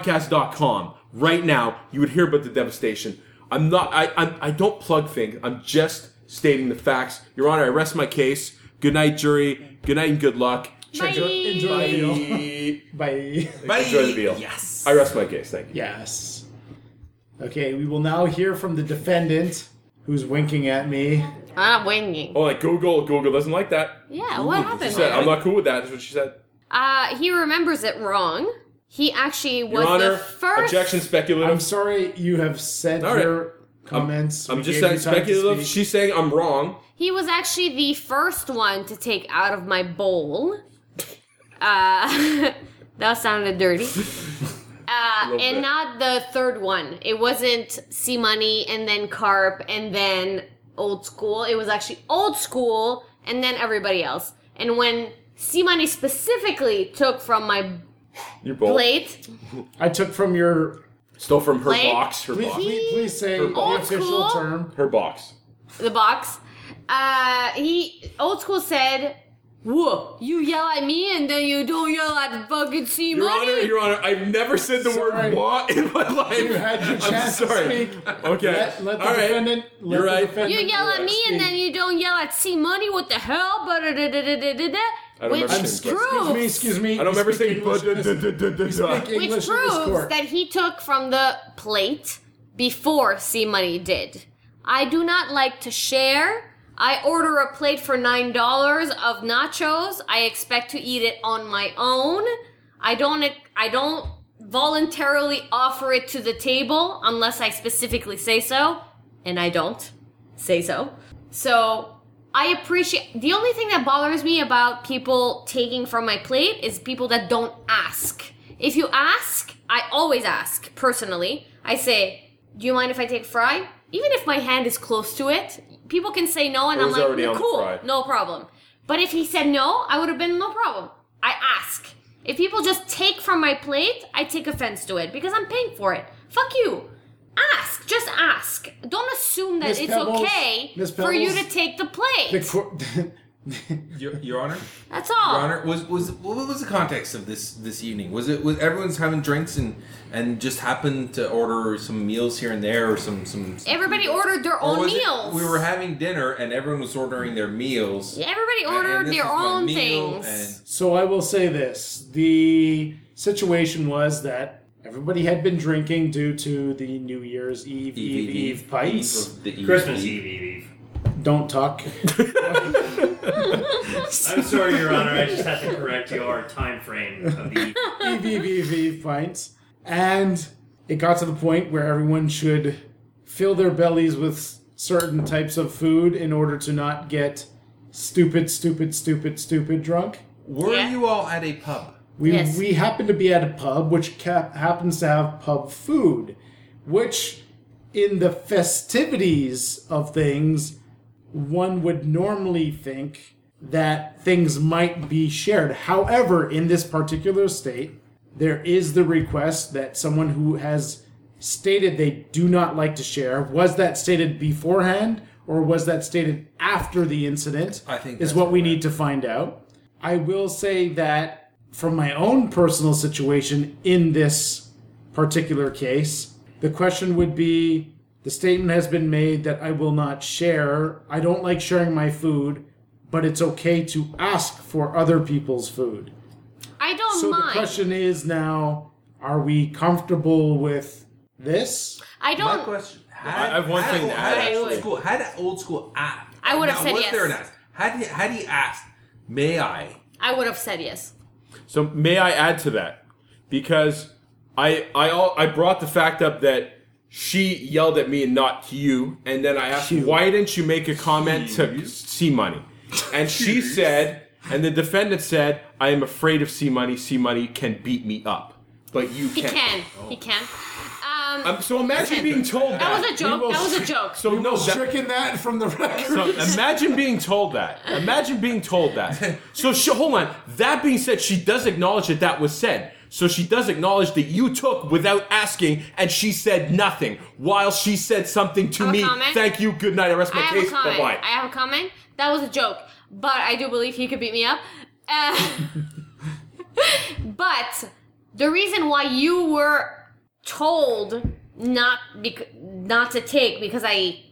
Speaker 3: 450podcast.com right now, you would hear about the devastation. I'm not. I I, I don't plug things. I'm just stating the facts. Your Honor, I rest my case. Good night, jury. Good night and good luck.
Speaker 5: enjoy, enjoy the meal.
Speaker 3: Bye.
Speaker 5: Bye.
Speaker 3: Enjoy the meal.
Speaker 6: Yes.
Speaker 3: I rest my case. Thank you.
Speaker 5: Yes. Okay, we will now hear from the defendant who's winking at me.
Speaker 2: I'm winging.
Speaker 3: Oh, like Google. Google doesn't like that.
Speaker 2: Yeah, what happened?
Speaker 3: She said, I'm not cool with that. That's what she said.
Speaker 2: Uh, he remembers it wrong. He actually was
Speaker 3: Your Honor,
Speaker 2: the first.
Speaker 3: objection speculative.
Speaker 5: I'm sorry you have said
Speaker 3: All right.
Speaker 5: your comments.
Speaker 3: I'm
Speaker 5: We
Speaker 3: just saying
Speaker 5: gave you time to
Speaker 3: speculative.
Speaker 5: speak.
Speaker 3: She's saying I'm wrong.
Speaker 2: He was actually the first one to take out of my bowl. Uh, that sounded dirty. Uh,
Speaker 3: Little bit.
Speaker 2: and not the third one. It wasn't C Money and then Carp and then Old School. It was actually Old School and then everybody else. And when C Money specifically took from my
Speaker 3: You're bold.
Speaker 2: plate,
Speaker 5: I took from your.
Speaker 3: Stole from her
Speaker 2: Blade?
Speaker 3: box. Her
Speaker 5: Please,
Speaker 3: box.
Speaker 5: please, please say
Speaker 3: Her
Speaker 5: the
Speaker 2: box.
Speaker 5: official
Speaker 2: Old school?
Speaker 5: term.
Speaker 3: Her box.
Speaker 2: the box, uh, he Old School said, "Whoa, you yell at me and then you don't yell at fucking C
Speaker 3: Your
Speaker 2: Money."
Speaker 3: Honor, Your Honor, I've never said the
Speaker 5: Sorry.
Speaker 3: word "what" in my life.
Speaker 5: You had your chance
Speaker 3: I'm sorry.
Speaker 5: to speak.
Speaker 3: Okay.
Speaker 5: Let, let the
Speaker 3: All right.
Speaker 5: defendant. Let
Speaker 3: You're
Speaker 5: the
Speaker 3: right.
Speaker 5: defendant
Speaker 2: You yell at me and then you don't yell at C Money. What the hell? But
Speaker 3: don't
Speaker 2: Which
Speaker 3: remember
Speaker 5: I'm,
Speaker 3: saying
Speaker 5: excuse me,
Speaker 2: proves
Speaker 5: excuse me.
Speaker 3: I don't remember
Speaker 5: speak
Speaker 3: saying.
Speaker 5: English.
Speaker 3: "But- duh, duh, duh, duh, duh."
Speaker 5: Speak English
Speaker 2: which
Speaker 5: in this
Speaker 2: proves
Speaker 5: court.
Speaker 2: that he took from the plate before C Money did. I do not like to share. I order a plate for nine dollars of nachos. I expect to eat it on my own. I don't. I don't voluntarily offer it to the table unless I specifically say so, and I don't say so. So I appreciate the only thing that bothers me about people taking from my plate is people that don't ask. If you ask, I always ask personally. I say, "Do you mind if I take fry?" Even if my hand is close to it, people can say no, and
Speaker 3: It
Speaker 2: I'm
Speaker 3: was
Speaker 2: like,
Speaker 3: already on the
Speaker 2: "Cool,
Speaker 3: fry."
Speaker 2: no problem." But if he said no, I would have been no problem. I ask. If people just take from my plate, I take offense to it because I'm paying for it. Fuck you. Ask. Just ask. Don't assume that
Speaker 5: Miss
Speaker 2: it's
Speaker 5: Pebbles,
Speaker 2: okay
Speaker 5: Miss
Speaker 2: for you to
Speaker 5: Pebbles.
Speaker 2: take the plate.
Speaker 5: The court.
Speaker 6: Your, Your Honor,
Speaker 2: That's
Speaker 6: Your
Speaker 2: all.
Speaker 6: Honor, was was what was the context of this this evening? Was it was everyone's having drinks and and just happened to order some meals here and there or some some. some
Speaker 2: Everybody ordered their
Speaker 6: or
Speaker 2: own
Speaker 6: Oh, was it-
Speaker 2: meals.
Speaker 6: we were having dinner and everyone was ordering their meals.
Speaker 2: Everybody
Speaker 6: and- and
Speaker 2: ordered
Speaker 6: this
Speaker 2: their
Speaker 6: is my
Speaker 2: own
Speaker 6: meal,
Speaker 2: things.
Speaker 6: and-
Speaker 5: so I will say this: the situation was that everybody had been drinking due to the New Year's Eve Eve Eve,
Speaker 6: Eve
Speaker 5: pints.
Speaker 6: of the Eve
Speaker 1: Christmas Eve,
Speaker 6: Eve.
Speaker 1: Eve, Eve.
Speaker 5: Don't talk.
Speaker 1: I'm sorry, Your Honor. I just have to correct your time frame of the.
Speaker 5: EVVV pints. And it got to the point where everyone should fill their bellies with certain types of food in order to not get stupid, stupid, stupid, stupid drunk.
Speaker 6: Were
Speaker 2: Yeah.
Speaker 6: you all at a pub?
Speaker 5: We,
Speaker 2: Yes.
Speaker 5: we happen to be at a pub which cap- happens to have pub food, which in the festivities of things, one would normally think that things might be shared. However, in this particular state, there is the request that someone who has stated they do not like to share was that stated beforehand or was that stated after the incident
Speaker 6: I think
Speaker 5: is
Speaker 6: that's
Speaker 5: what we need to find out i will say that from my own personal situation in this particular case the question would be the statement has been made that i will not share i don't like sharing my food but it's okay to ask for other people's food
Speaker 2: I don't
Speaker 5: so
Speaker 2: mind.
Speaker 5: the question is now: Are we comfortable with this?
Speaker 2: I
Speaker 6: My
Speaker 2: don't.
Speaker 6: question.
Speaker 3: I have one thing to add,
Speaker 6: Had old
Speaker 2: actually.
Speaker 6: school, had old school asked.
Speaker 2: I would have
Speaker 6: now,
Speaker 2: said
Speaker 6: was
Speaker 2: yes.
Speaker 6: There an ask? Had he, had he asked, may I?
Speaker 2: I would have said yes.
Speaker 3: So may I add to that? Because I I all, I brought the fact up that she yelled at me and not to you, and then I asked
Speaker 5: You.
Speaker 3: why didn't you make a comment to
Speaker 6: You.
Speaker 3: C Money, and she said, and the defendant said, I am afraid of C Money. C Money can beat me up, but you
Speaker 2: He
Speaker 6: Oh.
Speaker 3: can't.
Speaker 2: can. He can. Um, Um,
Speaker 3: Um, so imagine being told that.
Speaker 2: that was a joke. That was a joke.
Speaker 3: So no, that-
Speaker 5: Stricken that from the
Speaker 3: so
Speaker 5: record.
Speaker 3: imagine being told that. Imagine being told that. So she, hold on. That being said, she does acknowledge that that was said. So she does acknowledge that you took without asking, and she said nothing. While she said something to
Speaker 2: Have a
Speaker 3: me,
Speaker 2: comment?
Speaker 3: thank you, good night, I rest
Speaker 2: I
Speaker 3: my
Speaker 2: have a
Speaker 3: case,
Speaker 2: comment.
Speaker 3: bye
Speaker 2: I
Speaker 3: bye.
Speaker 2: have a comment. That was a joke, but I do believe he could beat me up. Uh, but the reason why you were told not bec- not to take because I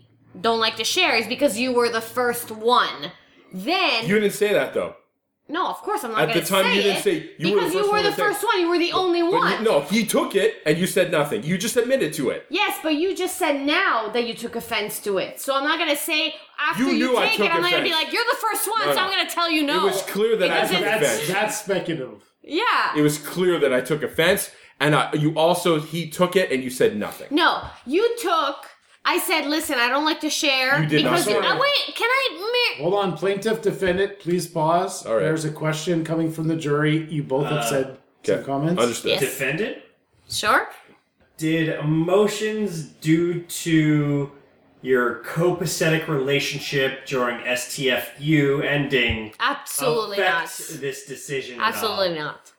Speaker 2: don't like to share is because you were the first one. Then
Speaker 3: You didn't say that though.
Speaker 2: no, of course I'm not.
Speaker 3: At
Speaker 2: gonna
Speaker 3: the time,
Speaker 2: say
Speaker 3: you didn't
Speaker 2: it
Speaker 3: say- you were the
Speaker 2: because
Speaker 3: first
Speaker 2: you were
Speaker 3: one
Speaker 2: the
Speaker 3: to take-
Speaker 2: first one. You were the only
Speaker 3: But
Speaker 2: one.
Speaker 3: you- no, he took it, and you said nothing. You just admitted to it.
Speaker 2: Yes, but you just said now that you took offense to it. So I'm not gonna say after
Speaker 3: You
Speaker 2: you,
Speaker 3: knew I
Speaker 2: take it,
Speaker 3: took
Speaker 2: I'm not gonna be
Speaker 3: offense.
Speaker 2: like, you're the first one,
Speaker 3: No,
Speaker 2: so
Speaker 3: no.
Speaker 2: I'm gonna tell you no.
Speaker 3: It was clear that I
Speaker 2: Because
Speaker 3: took
Speaker 2: it's-
Speaker 3: offense.
Speaker 5: That's speculative.
Speaker 2: Yeah.
Speaker 3: It was clear that I took offense, and I, you also he took it, and you said nothing.
Speaker 2: no, you took. I said, listen, I don't like to share
Speaker 3: You did not
Speaker 2: because
Speaker 3: say
Speaker 2: uh,
Speaker 3: that.
Speaker 2: wait, can I? mer-
Speaker 5: Hold on, plaintiff, defendant, please pause.
Speaker 3: All right. Uh,
Speaker 5: There's a question coming from the jury. You both have said some
Speaker 3: Okay,
Speaker 5: comments.
Speaker 3: Understood.
Speaker 2: Yes.
Speaker 1: Defendant?
Speaker 2: Sure.
Speaker 1: Did emotions due to your copacetic relationship during STFU ending
Speaker 2: Absolutely
Speaker 1: affect
Speaker 2: not.
Speaker 1: this decision? at all?
Speaker 2: Absolutely not.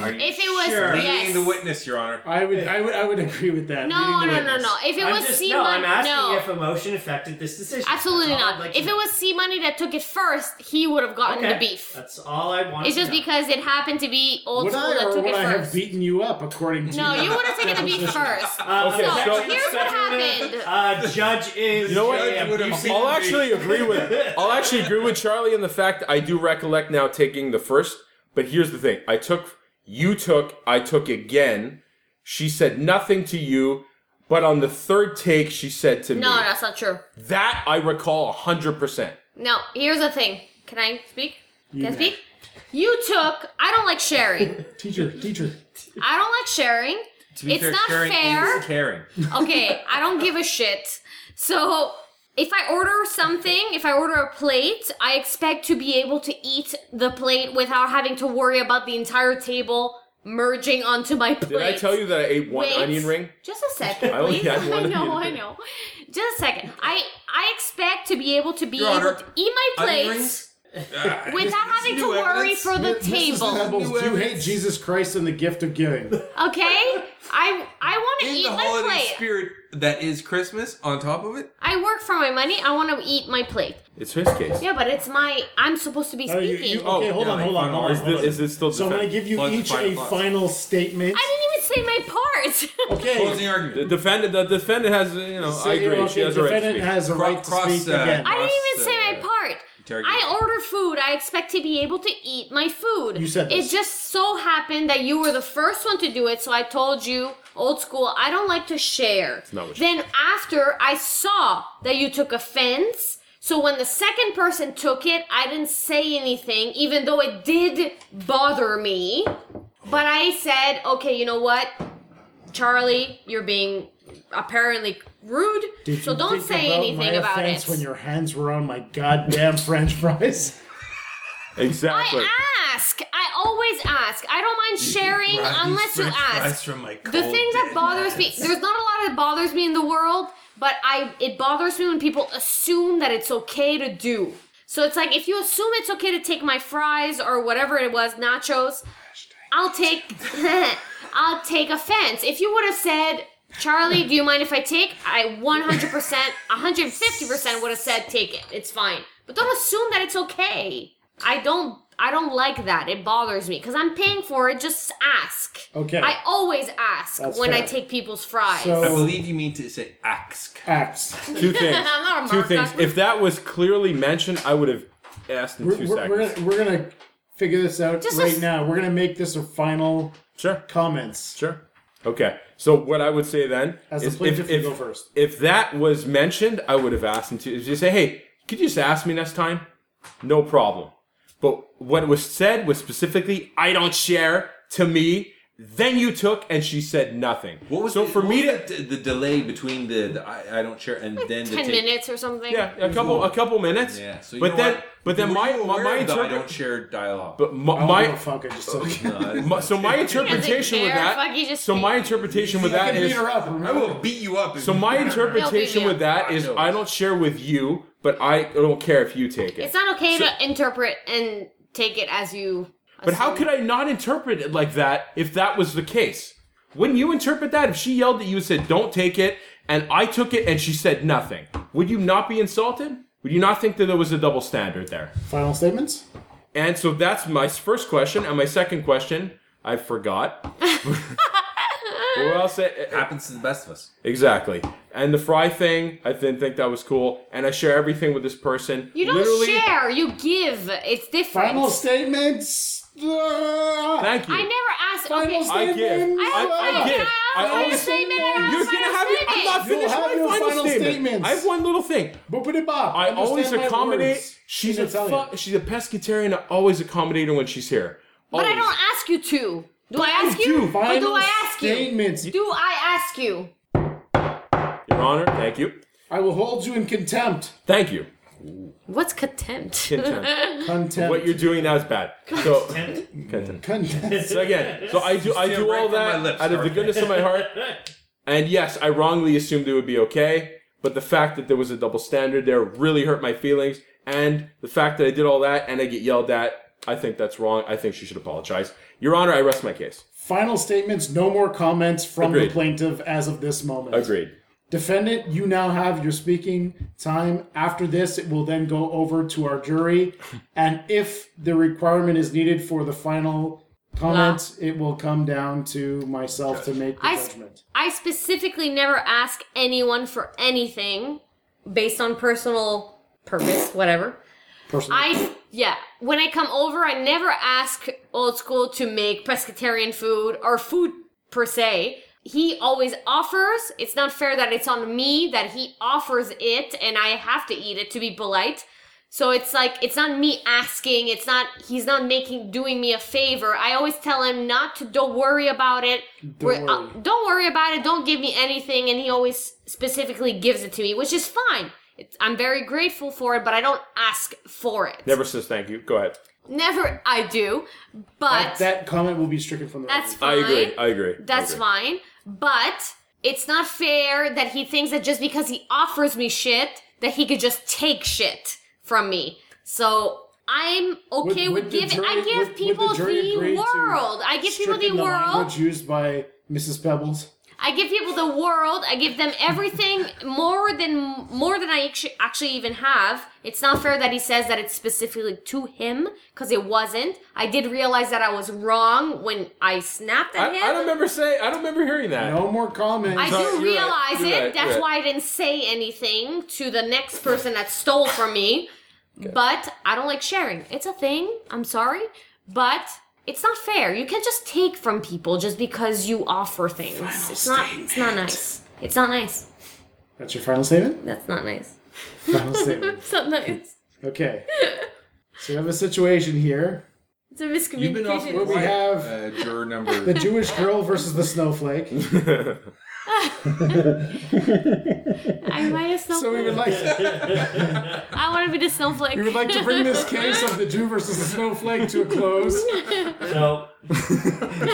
Speaker 1: Are you
Speaker 2: If it was-
Speaker 1: sure?
Speaker 2: yeah.
Speaker 6: Leading the witness, Your Honor.
Speaker 5: I would, I would, I would agree with that.
Speaker 2: No,
Speaker 5: Leading
Speaker 2: no,
Speaker 5: the
Speaker 2: no,
Speaker 5: witness.
Speaker 2: no. If it
Speaker 1: I'm
Speaker 2: was
Speaker 1: just,
Speaker 2: C
Speaker 1: no, I'm
Speaker 2: money,
Speaker 1: asking
Speaker 2: no,
Speaker 1: if emotion affected this decision.
Speaker 2: absolutely
Speaker 1: That's all I'd
Speaker 2: not.
Speaker 1: like to
Speaker 2: if
Speaker 1: know.
Speaker 2: it was C money that took it first, he would have gotten
Speaker 1: okay.
Speaker 2: the beef.
Speaker 1: that's all I want.
Speaker 2: It's
Speaker 1: to
Speaker 2: just
Speaker 1: know.
Speaker 2: because it happened to be old
Speaker 5: Would
Speaker 2: school
Speaker 5: I
Speaker 2: that
Speaker 5: or
Speaker 2: took it
Speaker 5: would I have
Speaker 2: first.
Speaker 5: beaten you up according to
Speaker 2: No,
Speaker 5: your
Speaker 2: you would have taken the beef
Speaker 5: proposition?
Speaker 2: first.
Speaker 1: Uh,
Speaker 3: Okay,
Speaker 1: objection,
Speaker 3: so-
Speaker 2: Here's what happened.
Speaker 1: Uh, judge is.
Speaker 3: You know what?
Speaker 1: Yeah,
Speaker 6: would have-
Speaker 1: abusive.
Speaker 3: I'll actually agree with I'll actually agree with Charlie in the fact I do recollect now taking the first, but here's the thing. I took you took, I took again. She said nothing to you, but on the third take she said to
Speaker 2: No,
Speaker 3: me
Speaker 2: that's not true.
Speaker 3: that I recall 100%.
Speaker 2: No, here's the thing. Can I speak? Can I
Speaker 5: may.
Speaker 2: speak? You took. I don't like sharing.
Speaker 5: Teacher, teacher.
Speaker 2: I don't like sharing.
Speaker 6: To be
Speaker 2: It's
Speaker 6: fair,
Speaker 2: not
Speaker 6: Karen
Speaker 2: fair.
Speaker 6: Is caring.
Speaker 2: Okay, I don't give a shit. So if I order something, if I order a plate, I expect to be able to eat the plate without having to worry about the entire table merging onto my plate.
Speaker 3: Did I tell you that I ate one
Speaker 2: Wait.
Speaker 3: onion ring?
Speaker 2: Just a second,
Speaker 3: I only
Speaker 2: please.
Speaker 3: had one
Speaker 2: I know, I
Speaker 3: onion.
Speaker 2: know. Just a second. I I expect to be able to be
Speaker 6: Your
Speaker 2: able
Speaker 6: Honor,
Speaker 2: to eat my
Speaker 6: onion
Speaker 2: plates
Speaker 6: rings? Ah,
Speaker 2: without
Speaker 6: this- this
Speaker 2: having
Speaker 6: new
Speaker 2: to worry
Speaker 6: evidence?
Speaker 2: for the
Speaker 5: Mrs. Pebbles,
Speaker 2: table.
Speaker 6: New
Speaker 5: do you hate
Speaker 6: evidence.
Speaker 5: Jesus Christ and the gift of giving?
Speaker 2: Okay? I I want to
Speaker 6: In
Speaker 2: eat
Speaker 6: the
Speaker 2: my
Speaker 6: holiday
Speaker 2: plate.
Speaker 6: spirit that is Christmas, on top of it,
Speaker 2: I work for my money. I want to eat my plate.
Speaker 3: It's his case.
Speaker 2: Yeah, but it's my I'm supposed to be
Speaker 5: No, you-
Speaker 2: speaking.
Speaker 5: you- okay, hold
Speaker 6: yeah,
Speaker 5: on,
Speaker 6: like
Speaker 5: hold on,
Speaker 6: final
Speaker 5: hold on.
Speaker 6: is
Speaker 5: hold
Speaker 3: this-
Speaker 5: on.
Speaker 3: is this still
Speaker 5: So I'm going to
Speaker 3: defense?
Speaker 5: give you
Speaker 6: Plus
Speaker 5: each
Speaker 6: final
Speaker 5: a
Speaker 6: thoughts.
Speaker 5: final statement.
Speaker 2: I didn't even say my part.
Speaker 5: Okay.
Speaker 6: Closing
Speaker 3: The
Speaker 6: argument.
Speaker 3: defendant the defendant has, you know,
Speaker 5: So,
Speaker 3: I
Speaker 5: you
Speaker 3: agree.
Speaker 5: know,
Speaker 3: she
Speaker 5: the
Speaker 3: has a right to
Speaker 5: defendant
Speaker 3: speak.
Speaker 5: has a
Speaker 6: Cro-
Speaker 5: right to
Speaker 6: cross,
Speaker 5: speak
Speaker 6: uh,
Speaker 5: again.
Speaker 2: I didn't even
Speaker 6: Must,
Speaker 2: say my
Speaker 6: uh,
Speaker 2: part.
Speaker 6: interrogate.
Speaker 2: I order food. I expect to be able to eat my food.
Speaker 5: You said
Speaker 2: it
Speaker 5: this.
Speaker 2: just so happened that you were the first one to do it, so I told you, old school, I don't like to share.
Speaker 3: not what you-
Speaker 2: Then after I saw that you took offense, so when the second person took it, I didn't say anything, even though it did bother me. But I said, okay, you know what? Charlie, you're being apparently rude,
Speaker 5: Did
Speaker 2: so
Speaker 5: you
Speaker 2: don't
Speaker 5: think
Speaker 2: say
Speaker 5: about my
Speaker 2: anything about
Speaker 5: offense
Speaker 2: it.
Speaker 5: When your hands were on my goddamn French fries.
Speaker 3: Exactly.
Speaker 2: I ask. I always ask. I don't mind sharing unless you ask. The thing that bothers me, there's not a lot that bothers me in the world, but I it bothers me when people assume that it's okay to do. So it's like if you assume it's okay to take my fries or whatever it was, nachos, I'll take I'll take offense. If you would have said, "Charlie, do you mind if I take?" I 100%, 150% would have said, "Take it. It's fine." But don't assume that it's okay. I don't I don't like that. It bothers me cuz I'm paying for it. Just ask.
Speaker 5: Okay.
Speaker 2: I always ask
Speaker 5: That's
Speaker 2: when I
Speaker 5: fair.
Speaker 2: take people's fries.
Speaker 6: I
Speaker 5: So
Speaker 6: believe you mean to say ask.
Speaker 5: acts.
Speaker 3: Two things.
Speaker 2: I'm not a
Speaker 3: Two
Speaker 2: mark
Speaker 3: things.
Speaker 2: up.
Speaker 3: If that was clearly mentioned, I would have asked in
Speaker 5: We're,
Speaker 3: 2
Speaker 5: we're,
Speaker 3: seconds.
Speaker 5: we're, gonna, we're gonna figure this out
Speaker 2: Just
Speaker 5: right
Speaker 2: as-
Speaker 5: now. We're gonna make this a final
Speaker 3: Sure.
Speaker 5: comments.
Speaker 3: Sure. Okay. So what I would say then
Speaker 5: As the
Speaker 3: is if,
Speaker 5: plaintiff, you
Speaker 3: if,
Speaker 5: go first.
Speaker 3: if that was mentioned, I would have asked him to just say, "Hey, could you just ask me next time?" No problem. But what was said was specifically, "I don't share." To me, then you took, and she said nothing.
Speaker 6: What was
Speaker 3: so
Speaker 6: the,
Speaker 3: for
Speaker 6: what
Speaker 3: me to
Speaker 6: was the, the delay between the, the I, I don't share and then the
Speaker 2: 10
Speaker 6: take?
Speaker 2: minutes or something.
Speaker 3: yeah, a couple a couple minutes.
Speaker 6: Yeah, so you
Speaker 3: but
Speaker 6: know
Speaker 3: then
Speaker 6: what?
Speaker 3: But then
Speaker 6: Were
Speaker 3: my
Speaker 6: you
Speaker 3: my,
Speaker 6: aware
Speaker 3: my
Speaker 6: that I don't
Speaker 3: interpret.
Speaker 6: share dialogue.
Speaker 3: But my,
Speaker 5: Oh,
Speaker 3: my-
Speaker 5: no, fuck, I just took it.
Speaker 3: my- so my interpretation with
Speaker 2: care, fuck, he
Speaker 3: that.
Speaker 2: just
Speaker 3: So my
Speaker 2: speaks.
Speaker 3: interpretation with
Speaker 5: I
Speaker 3: that
Speaker 5: can beat
Speaker 3: is.
Speaker 5: her up.
Speaker 6: I
Speaker 5: remember?
Speaker 6: will beat you up. if
Speaker 3: So
Speaker 6: you-
Speaker 3: my interpretation
Speaker 2: They'll beat me
Speaker 3: with that
Speaker 2: up.
Speaker 3: is I don't share with you, but I don't care if you take it.
Speaker 2: It's not okay to interpret and take it as you.
Speaker 3: But how could I not interpret it like that if that was the case? Wouldn't you interpret that if she yelled at you and said, don't take it, and I took it and she said nothing? Would you not be insulted? Would you not think that there was a double standard there?
Speaker 5: Final statements?
Speaker 3: And so that's my first question. And my second question, I forgot. well, I'll say,
Speaker 6: happens to the best of us.
Speaker 3: eh,
Speaker 6: Uh,
Speaker 3: exactly. And the fry thing, I didn't think that was cool. And I share everything with this person.
Speaker 2: You don't
Speaker 3: Literally-
Speaker 2: share. You give. It's different.
Speaker 5: Final statements? Thank
Speaker 3: Thank you.
Speaker 2: I never asked.
Speaker 5: Final
Speaker 2: Okay,
Speaker 3: I give.
Speaker 5: statements.
Speaker 3: I, I
Speaker 2: Final
Speaker 3: give. I
Speaker 2: final
Speaker 3: always
Speaker 2: statement and
Speaker 3: You're
Speaker 2: our final
Speaker 3: gonna have it. I'm not
Speaker 2: statement.
Speaker 5: You'll
Speaker 3: finished
Speaker 5: have your
Speaker 3: my final,
Speaker 5: final
Speaker 3: statement.
Speaker 5: statements.
Speaker 3: I have one little thing.
Speaker 5: Boopity bop.
Speaker 3: I always
Speaker 5: Understand my
Speaker 3: accommodate.
Speaker 5: words.
Speaker 3: She's
Speaker 5: In
Speaker 3: a
Speaker 5: Italian.
Speaker 3: fu- she's a pescatarian. I always accommodate her when she's here.
Speaker 2: But I
Speaker 3: Always.
Speaker 2: don't ask you to. Do I
Speaker 3: you
Speaker 2: ask you?
Speaker 3: do.
Speaker 2: Or do
Speaker 5: Final
Speaker 2: I ask you?
Speaker 5: statements.
Speaker 2: Do I ask you?
Speaker 3: Your Honor, thank you.
Speaker 5: I will hold you in contempt.
Speaker 3: Thank you.
Speaker 2: What's contempt?
Speaker 3: Contempt.
Speaker 5: Contempt.
Speaker 3: what you're doing now is bad. So, contempt.
Speaker 5: Contempt.
Speaker 3: So again, so I do I
Speaker 6: Steal
Speaker 3: do
Speaker 6: right
Speaker 3: all
Speaker 6: from
Speaker 3: that
Speaker 6: my lips,
Speaker 3: out of the
Speaker 6: Arthur.
Speaker 3: goodness of my heart. And yes, I wrongly assumed it would be okay, but the fact that there was a double standard there really hurt my feelings. And the fact that I did all that and I get yelled at, I think that's wrong. I think she should apologize. Your Honor, I rest my case.
Speaker 5: Final statements. No more comments from
Speaker 3: Agreed.
Speaker 5: the plaintiff as of this moment.
Speaker 3: Agreed.
Speaker 5: Defendant, you now have your speaking time. After this, it will then go over to our jury. and if the requirement is needed for the final comments, it will come down to myself to make the
Speaker 2: I s-
Speaker 5: judgment.
Speaker 2: I specifically never ask anyone for anything based on personal purpose, whatever.
Speaker 5: Personal.
Speaker 2: I yeah. When I come over, I never ask old school to make pescatarian food or food per se. He always offers. It's not fair that it's on me that he offers it and I have to eat it to be polite. So it's like it's not me asking. It's not he's not making doing me a favor. I always tell him not to. Don't worry about it. We're- uh,
Speaker 5: worry.
Speaker 2: don't worry about it. Don't give me anything. And he always specifically gives it to me, which is fine. It's, I'm very grateful for it, but I don't ask for it.
Speaker 3: Never says thank you. Go ahead.
Speaker 2: Never I do, but
Speaker 5: that, that comment will be stricken from the
Speaker 2: that's
Speaker 5: record.
Speaker 3: I
Speaker 2: fine.
Speaker 3: agree. I agree.
Speaker 2: That's
Speaker 3: I agree.
Speaker 2: fine. But it's not fair that he thinks that just because he offers me shit, that he could just take shit from me. So I'm okay
Speaker 5: would
Speaker 2: with
Speaker 5: the
Speaker 2: giving.
Speaker 5: jury-
Speaker 2: I
Speaker 5: would-
Speaker 2: give
Speaker 5: would the
Speaker 2: people
Speaker 5: jury agree
Speaker 2: the
Speaker 5: to
Speaker 2: world. I give people the
Speaker 5: Stricken
Speaker 2: world.
Speaker 5: language used by Mrs. Pebbles.
Speaker 2: I give people the world. I give them everything more than more than I actu- actually even have. It's not fair that he says that it's specifically to him because it wasn't. I did realize that I was wrong when I snapped at
Speaker 3: I,
Speaker 2: him.
Speaker 3: I don't remember saying. I don't remember hearing that.
Speaker 5: No more comments.
Speaker 2: I
Speaker 3: Sorry,
Speaker 2: do
Speaker 3: you're right,
Speaker 2: realize
Speaker 3: you're
Speaker 2: it.
Speaker 3: right,
Speaker 2: That's
Speaker 3: you're right.
Speaker 2: why I didn't say anything to the next person that stole from me. But I don't like sharing. It's a thing. I'm sorry, but it's not fair. You can't just take from people just because you offer things. it's not. It's not nice. It's not nice.
Speaker 5: That's your final statement?
Speaker 2: That's not nice.
Speaker 5: Final statement.
Speaker 2: It's not nice.
Speaker 5: Okay. So we have a situation here.
Speaker 2: It's a
Speaker 6: You've been off
Speaker 2: miscommunication.
Speaker 5: We have-
Speaker 6: uh, juror number.
Speaker 5: The Jewish girl versus the snowflake.
Speaker 2: I might as well-
Speaker 5: So we would like
Speaker 2: I want to be the snowflake.
Speaker 5: we would like to bring this case of the Jew versus the snowflake to a close.
Speaker 1: So,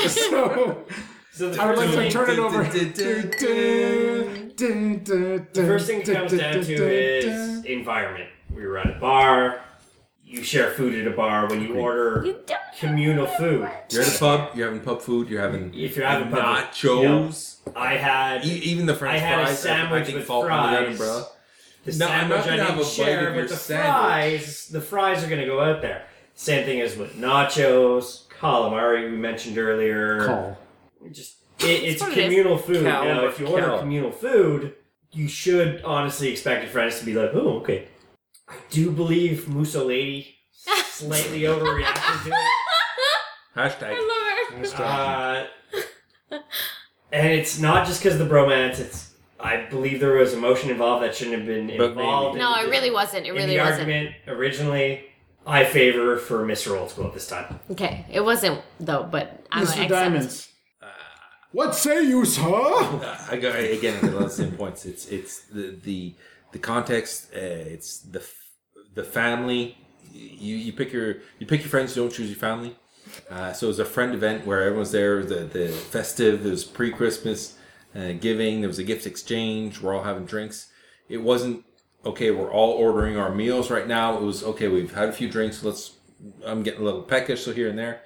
Speaker 5: So
Speaker 1: so the
Speaker 5: I would
Speaker 1: first
Speaker 5: like to
Speaker 1: thing-
Speaker 5: turn it over. The
Speaker 1: The first thing it comes down to is environment. We were at a bar. You share food at a bar when you order
Speaker 2: You don't-
Speaker 1: communal food.
Speaker 6: You're at a pub. You're having pub food. You're having
Speaker 1: If you're having pub food,
Speaker 6: nachos.
Speaker 1: I had
Speaker 6: E- even the French
Speaker 1: I had a
Speaker 6: fries. I
Speaker 1: sandwich
Speaker 6: think
Speaker 1: with
Speaker 6: fall under that
Speaker 1: fries.
Speaker 6: umbrella.
Speaker 1: the
Speaker 6: No,
Speaker 1: sandwich
Speaker 6: I'm not
Speaker 1: I
Speaker 6: gonna have
Speaker 1: didn't
Speaker 6: a bite of
Speaker 1: share,
Speaker 6: your
Speaker 1: but the
Speaker 6: sandwich.
Speaker 1: fries, the fries are gonna go out there. Same thing as with nachos, calamari we mentioned earlier.
Speaker 5: call.
Speaker 1: Just it, it's
Speaker 2: what it is.
Speaker 1: communal food.
Speaker 6: Cal-
Speaker 1: now, if you order
Speaker 6: cal.
Speaker 1: communal food, you should honestly expect your friends to be like, "Oh, okay." I do believe Mussolini slightly overreacted to it.
Speaker 6: Hashtag.
Speaker 2: I love her.
Speaker 1: Uh, and it's not just because of the bromance. It's I believe there was emotion involved that shouldn't have been
Speaker 6: But
Speaker 1: involved.
Speaker 6: maybe.
Speaker 1: in
Speaker 2: No, it
Speaker 1: the-
Speaker 2: really wasn't. It
Speaker 1: in
Speaker 2: really
Speaker 1: the
Speaker 2: wasn't.
Speaker 1: argument originally. I favor for Mr. Old School at this time.
Speaker 2: Okay, it wasn't though. But I'm
Speaker 5: Mr.
Speaker 2: accept.
Speaker 5: Diamonds. What say you, sir?
Speaker 6: I go again. I love the same points. It's it's the the the context. Uh, it's the f- the family. you, you pick your you pick your friends. You don't choose your family. Uh, so it was a friend event where everyone was there. The the festive. It was pre Christmas uh, giving. There was a gift exchange. We're all having drinks. It wasn't okay. We're all ordering our meals right now. It was okay. We've had a few drinks. Let's. I'm getting a little peckish so here and there.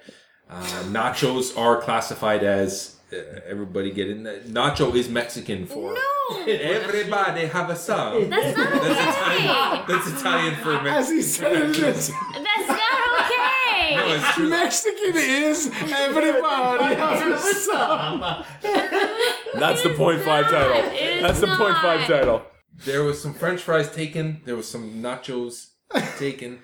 Speaker 6: Uh, nachos are classified as uh, everybody get in. That. Nacho is Mexican for
Speaker 2: No,
Speaker 6: everybody have a song.
Speaker 2: that's not okay.
Speaker 6: That's Italian for
Speaker 5: As
Speaker 6: Mexican.
Speaker 5: he said it is,
Speaker 2: That's not okay.
Speaker 6: It's true.
Speaker 5: Mexican is everybody else's song.
Speaker 3: That's the point five
Speaker 2: not.
Speaker 3: title.
Speaker 2: It is
Speaker 3: That's the point five
Speaker 2: not.
Speaker 3: title.
Speaker 6: There was some French fries taken. There was some nachos taken.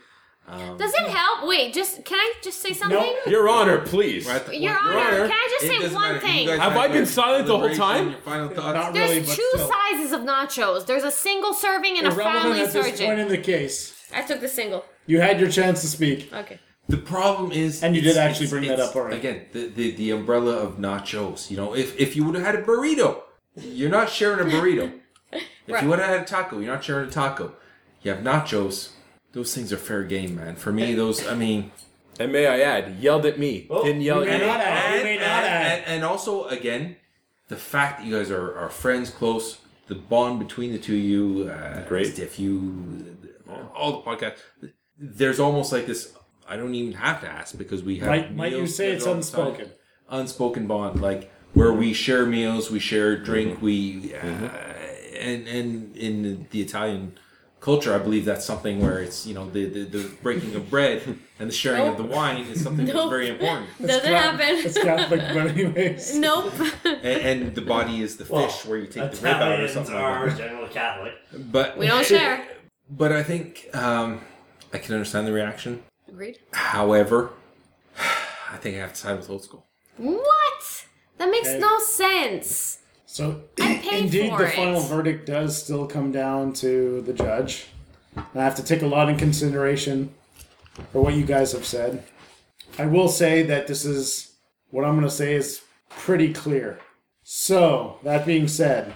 Speaker 2: Does it help? Wait, just can I just say something?
Speaker 3: Your Honor, please.
Speaker 6: We're at the-
Speaker 2: Your
Speaker 6: we're-
Speaker 2: Honor,
Speaker 6: we're-
Speaker 2: can I just
Speaker 6: it
Speaker 2: say
Speaker 6: doesn't
Speaker 2: one
Speaker 6: matter. You
Speaker 2: thing?
Speaker 6: guys
Speaker 3: Have I been
Speaker 6: your
Speaker 3: silent the whole
Speaker 6: deliberation,
Speaker 3: time?
Speaker 6: your Final
Speaker 5: Not
Speaker 6: thoughts.
Speaker 5: really,
Speaker 2: There's
Speaker 5: but
Speaker 2: two
Speaker 5: still.
Speaker 2: sizes of nachos. There's a single serving and a
Speaker 5: Irrelevant
Speaker 2: family
Speaker 5: at this point
Speaker 2: surgeon.
Speaker 5: in the case.
Speaker 2: I took the single.
Speaker 5: You had your chance to speak.
Speaker 2: Okay.
Speaker 6: The problem is,
Speaker 5: And you did
Speaker 6: it's-
Speaker 5: actually
Speaker 6: it's-
Speaker 5: bring that
Speaker 6: it's-
Speaker 5: up already.
Speaker 6: Again, the, the the umbrella of nachos. You know, if if you would have had a burrito, you're not sharing a burrito. if
Speaker 2: Right.
Speaker 6: you would have had a taco, you're not sharing a taco. You have nachos. Those things are fair game, man. For me, those. I mean,
Speaker 3: And may I add, yelled at me.
Speaker 6: Oh,
Speaker 3: Didn't yell
Speaker 5: you
Speaker 3: at
Speaker 5: may
Speaker 3: me.
Speaker 5: not add. You
Speaker 6: and,
Speaker 5: may
Speaker 6: and,
Speaker 5: not add.
Speaker 6: and, and also again, the fact that you guys are, are friends, close, the bond between the two of you, uh,
Speaker 3: Great.
Speaker 6: If you, all the podcast, there's almost like this. I don't even have to ask because we have.
Speaker 5: Might, might you
Speaker 6: meals
Speaker 5: say it's
Speaker 6: scheduled all the time.
Speaker 5: unspoken?
Speaker 6: Unspoken bond, like where we share meals, we share drink, we, uh, and and in the Italian culture, I believe that's something where it's you know the the, the breaking of bread and the sharing of the wine is something that's
Speaker 2: Nope.
Speaker 6: very important.
Speaker 2: Doesn't
Speaker 5: It's
Speaker 2: happen.
Speaker 5: Catholic, but anyways.
Speaker 2: Nope.
Speaker 6: and, and the body is the fish where you take the rib out or
Speaker 1: Italians
Speaker 6: something
Speaker 1: are
Speaker 6: like
Speaker 1: generally Catholic.
Speaker 6: that. But
Speaker 2: We don't share.
Speaker 6: But I think um, I can understand the reaction.
Speaker 2: Agreed.
Speaker 6: However, I think I have to side with old school.
Speaker 2: What? That makes
Speaker 5: Okay.
Speaker 2: no sense.
Speaker 5: So,
Speaker 2: paid
Speaker 5: indeed,
Speaker 2: for
Speaker 5: the
Speaker 2: it.
Speaker 5: final verdict does still come down to the judge. And I have to take a lot in consideration for what you guys have said. I will say that this is what I'm going to say is pretty clear. So, that being said,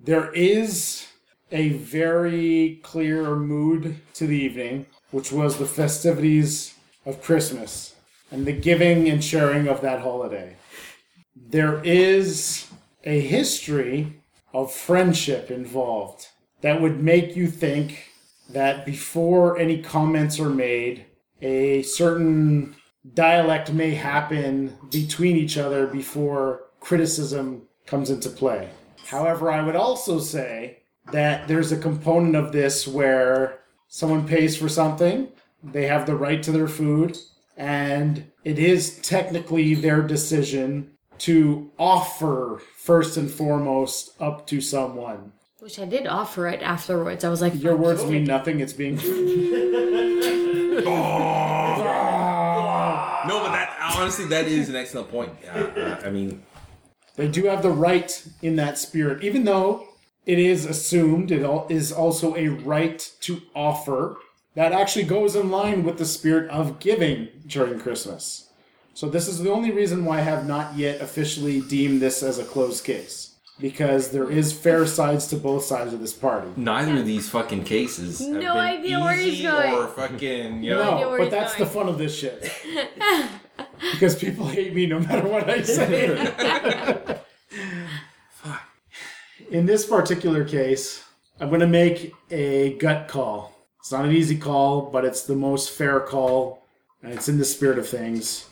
Speaker 5: there is a very clear mood to the evening, which was the festivities of Christmas and the giving and sharing of that holiday. There is a history of friendship involved that would make you think that before any comments are made, a certain dialect may happen between each other before criticism comes into play. However, I would also say that there's a component of this where someone pays for something, they have the right to their food, and it is technically their decision to offer first and foremost up to someone.
Speaker 2: Which I did offer it afterwards. I was like,
Speaker 5: Your words mean nothing, it's being
Speaker 6: No, but that Ah, honestly, that is an excellent point. Uh, I mean,
Speaker 5: They do have the right in that spirit, even though it is assumed it al- is also a right to offer. That actually goes in line with the spirit of giving during Christmas. So this is the only reason why I have not yet officially deemed this as a closed case because there is fair sides to both sides of this party.
Speaker 6: neither of these fucking cases. have
Speaker 2: No
Speaker 6: been
Speaker 2: idea where he's
Speaker 6: easy
Speaker 2: going.
Speaker 6: Or fucking, you know.
Speaker 2: idea
Speaker 5: No,
Speaker 2: where
Speaker 5: but
Speaker 2: he's
Speaker 5: that's
Speaker 2: going.
Speaker 5: the fun of this shit. because people hate me no matter what I say. In this particular case, I'm going to make a gut call. It's not an easy call, but it's the most fair call, and it's in the spirit of things.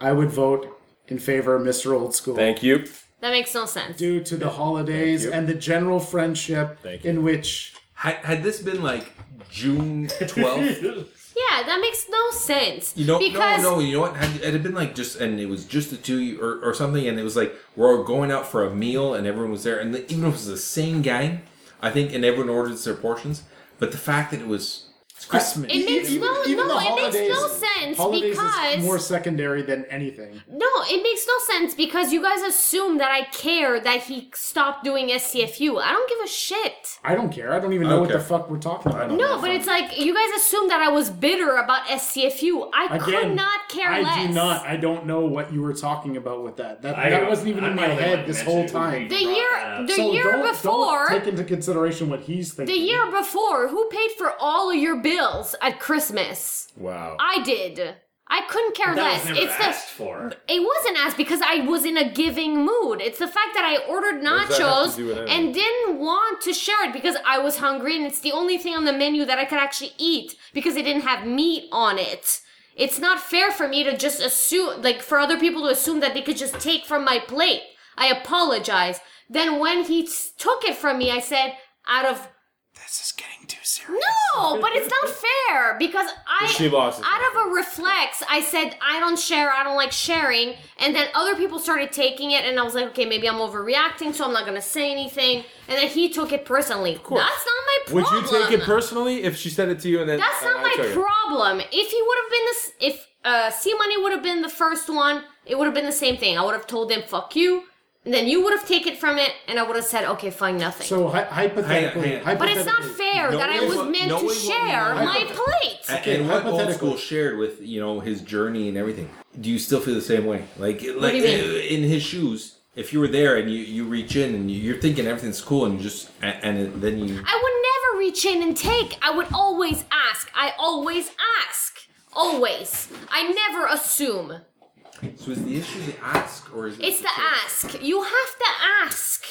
Speaker 5: I would vote in favor of Mr. Old School
Speaker 3: Thank you.
Speaker 2: That makes no sense.
Speaker 5: due to the holidays
Speaker 3: you.
Speaker 5: and the general friendship
Speaker 3: Thank you.
Speaker 5: in which
Speaker 6: Had, had this been like June 12th,
Speaker 2: Yeah, that makes no sense.
Speaker 6: you know,
Speaker 2: because
Speaker 6: no, no, you know what? Had, had it been like just, and it was just the two of you or, or something, and it was like we're all going out for a meal, and everyone was there, and the, even if it was the same gang, I think, and everyone ordered their portions, but the fact that it was it's Christmas.
Speaker 2: It makes no,
Speaker 5: even
Speaker 2: no,
Speaker 5: the
Speaker 2: it makes no
Speaker 5: holidays-
Speaker 2: sense
Speaker 5: holidays
Speaker 2: because
Speaker 5: is more secondary than anything.
Speaker 2: no, it makes no sense because you guys assume that I care that he stopped doing SCFU. I don't give a shit.
Speaker 5: I don't care. I don't even know what
Speaker 6: Okay.
Speaker 5: the fuck we're talking about.
Speaker 2: No, but it's like you guys assume that I was bitter about SCFU. I
Speaker 5: Again,
Speaker 2: could not care
Speaker 5: I
Speaker 2: less.
Speaker 5: do not. I don't know what you were talking about with that. That,
Speaker 1: I-
Speaker 5: that wasn't even
Speaker 1: I'm
Speaker 5: in
Speaker 1: the
Speaker 5: my
Speaker 1: only
Speaker 5: head
Speaker 1: one
Speaker 5: this
Speaker 1: that
Speaker 5: whole
Speaker 1: mentioned
Speaker 5: time.
Speaker 1: it.
Speaker 2: the year,
Speaker 1: Uh,
Speaker 2: the
Speaker 5: So
Speaker 2: year
Speaker 5: don't- don't
Speaker 2: before,
Speaker 5: take into consideration what he's thinking.
Speaker 2: the year before, who paid for all of your bills at Christmas.
Speaker 3: Wow.
Speaker 2: I did. I couldn't care
Speaker 1: That
Speaker 2: less.
Speaker 1: was never
Speaker 2: it's
Speaker 1: asked
Speaker 2: the
Speaker 1: for.
Speaker 2: it wasn't asked because I was in a giving mood. It's the fact that I ordered
Speaker 3: What does that have to do with
Speaker 2: nachos
Speaker 3: anything?
Speaker 2: and didn't want to share it because I was hungry and it's the only thing on the menu that I could actually eat because it didn't have meat on it. It's not fair for me to just assume, like, for other people to assume that they could just take from my plate. I apologize. Then when he s- took it from me, I said, out of
Speaker 7: This is getting too serious.
Speaker 2: no, but it's not fair because I
Speaker 3: She lost it.
Speaker 2: out of a reflex. I said I don't share. I don't like sharing, and then other people started taking it, and I was like, okay, maybe I'm overreacting, so I'm not gonna say anything. And then he took it personally.
Speaker 3: course.
Speaker 2: That's not my
Speaker 3: Would
Speaker 2: problem.
Speaker 3: you take it personally if she sent it to you and then
Speaker 2: That's
Speaker 3: and
Speaker 2: not
Speaker 3: I
Speaker 2: my
Speaker 3: took it?
Speaker 2: problem. If he would have been this, if uh, C Money would have been the first one, it would have been the same thing. I would have told him fuck you, and then you would have taken it from it, and I would have said okay, fine, nothing.
Speaker 5: So hy- hypothetically,
Speaker 6: Hang on, hang on.
Speaker 2: but it's not
Speaker 5: hypothetically-
Speaker 2: fair that I
Speaker 6: Knowing
Speaker 2: was
Speaker 6: what-
Speaker 2: meant
Speaker 6: knowing
Speaker 2: to
Speaker 6: what we
Speaker 2: share
Speaker 6: know-
Speaker 2: my plate.
Speaker 6: And-
Speaker 5: Okay,
Speaker 6: and what old
Speaker 5: hypothetical.
Speaker 6: school shared with you know his journey and everything. Do you still feel the same way? Like like
Speaker 2: do you mean?
Speaker 6: in his shoes, if you were there and you, you reach in and you- you're thinking everything's cool and you just and, and then you
Speaker 2: I would never reach in and take. I would always ask. I always ask. Always. I never assume.
Speaker 6: so is the issue the ask or is it
Speaker 2: It's the ask. You have to ask.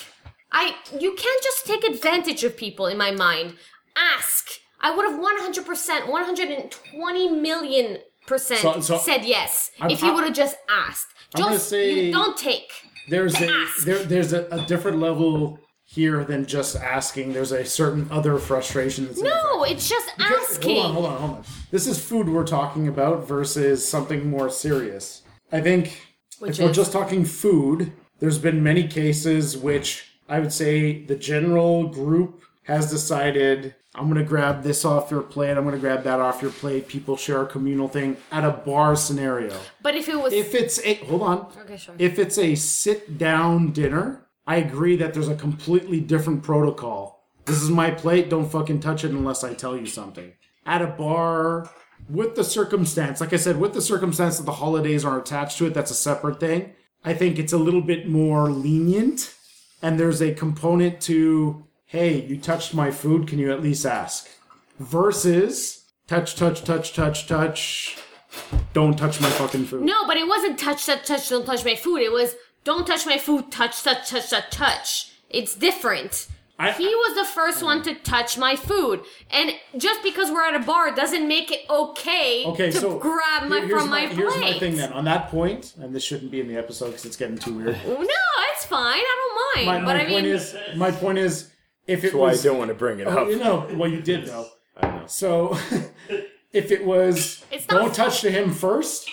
Speaker 2: I you can't just take advantage of people in my mind. Ask. I would have 100%, 120 million percent
Speaker 5: So- so-
Speaker 2: said yes
Speaker 5: I'm-
Speaker 2: if you
Speaker 5: I'm-
Speaker 2: would have just asked.
Speaker 5: I'm gonna
Speaker 2: Just-
Speaker 5: say-
Speaker 2: you don't take.
Speaker 5: there's a
Speaker 2: ask.
Speaker 5: there, there's a, a different level here than just asking. There's a certain other frustration. That's in
Speaker 2: No, it's just asking.
Speaker 5: Hold on, hold on, hold on. This is food we're talking about versus something more serious. I think
Speaker 2: Which
Speaker 5: if we're
Speaker 2: is?
Speaker 5: just talking food, there's been many cases which I would say the general group has decided I'm going to grab this off your plate, I'm going to grab that off your plate. People share a communal thing at a bar scenario.
Speaker 2: But if it was
Speaker 5: If it's a hold on.
Speaker 2: Okay, sure.
Speaker 5: If it's a sit down dinner, I agree that there's a completely different protocol. This is my plate, don't fucking touch it unless I tell you something. At a bar, with the circumstance, like I said, with the circumstance that the holidays are attached to it, that's a separate thing. I think it's a little bit more lenient, and there's a component to, hey, you touched my food, can you at least ask? Versus, touch, touch, touch, touch, touch, don't touch my fucking food.
Speaker 2: No, but it wasn't touch, touch, touch, don't touch my food. It was don't touch my food, touch, touch, touch, touch, touch. It's different. he was the first one to touch my food. And just because we're at a bar doesn't make it okay,
Speaker 5: Okay,
Speaker 2: to
Speaker 5: so
Speaker 2: grab my,
Speaker 5: here- here's
Speaker 2: from my, plate.
Speaker 5: Here's my thing then. On that point, and this shouldn't be in the episode because it's getting too weird.
Speaker 2: No, it's fine. I don't
Speaker 5: My,
Speaker 2: mind.
Speaker 5: my
Speaker 2: but I
Speaker 5: point
Speaker 2: mean,
Speaker 5: is, my point is, if it
Speaker 3: That's why I
Speaker 5: was, Oh,
Speaker 3: don't want to bring it up.
Speaker 5: you know, well, you did though. So, if it was,
Speaker 2: It's not-
Speaker 5: don't touch to him first.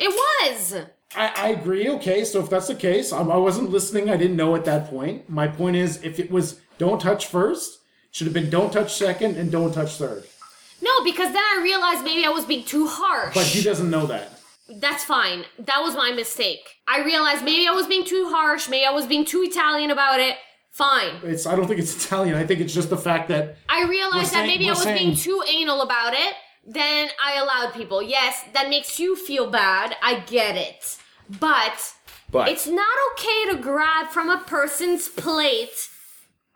Speaker 2: it was.
Speaker 5: I, I agree. Okay, so if that's the case, I'm, I wasn't listening. I didn't know at that point. My point is, if it was, don't touch first, should have been don't touch second and don't touch third.
Speaker 2: No, because then I realized maybe I was being too harsh.
Speaker 5: But he doesn't know that.
Speaker 2: That's fine. That was my mistake. I realized maybe I was being too harsh. Maybe I was being too Italian about it. Fine.
Speaker 5: It's. I don't think it's Italian. I think it's just the fact that
Speaker 2: I realized
Speaker 5: We're
Speaker 2: that
Speaker 5: saying-
Speaker 2: maybe
Speaker 5: we're
Speaker 2: I was
Speaker 5: saying-
Speaker 2: being too anal about it. Then I allowed people. Yes, that makes you feel bad. I get it. But,
Speaker 3: But
Speaker 2: it's not okay to grab from a person's plate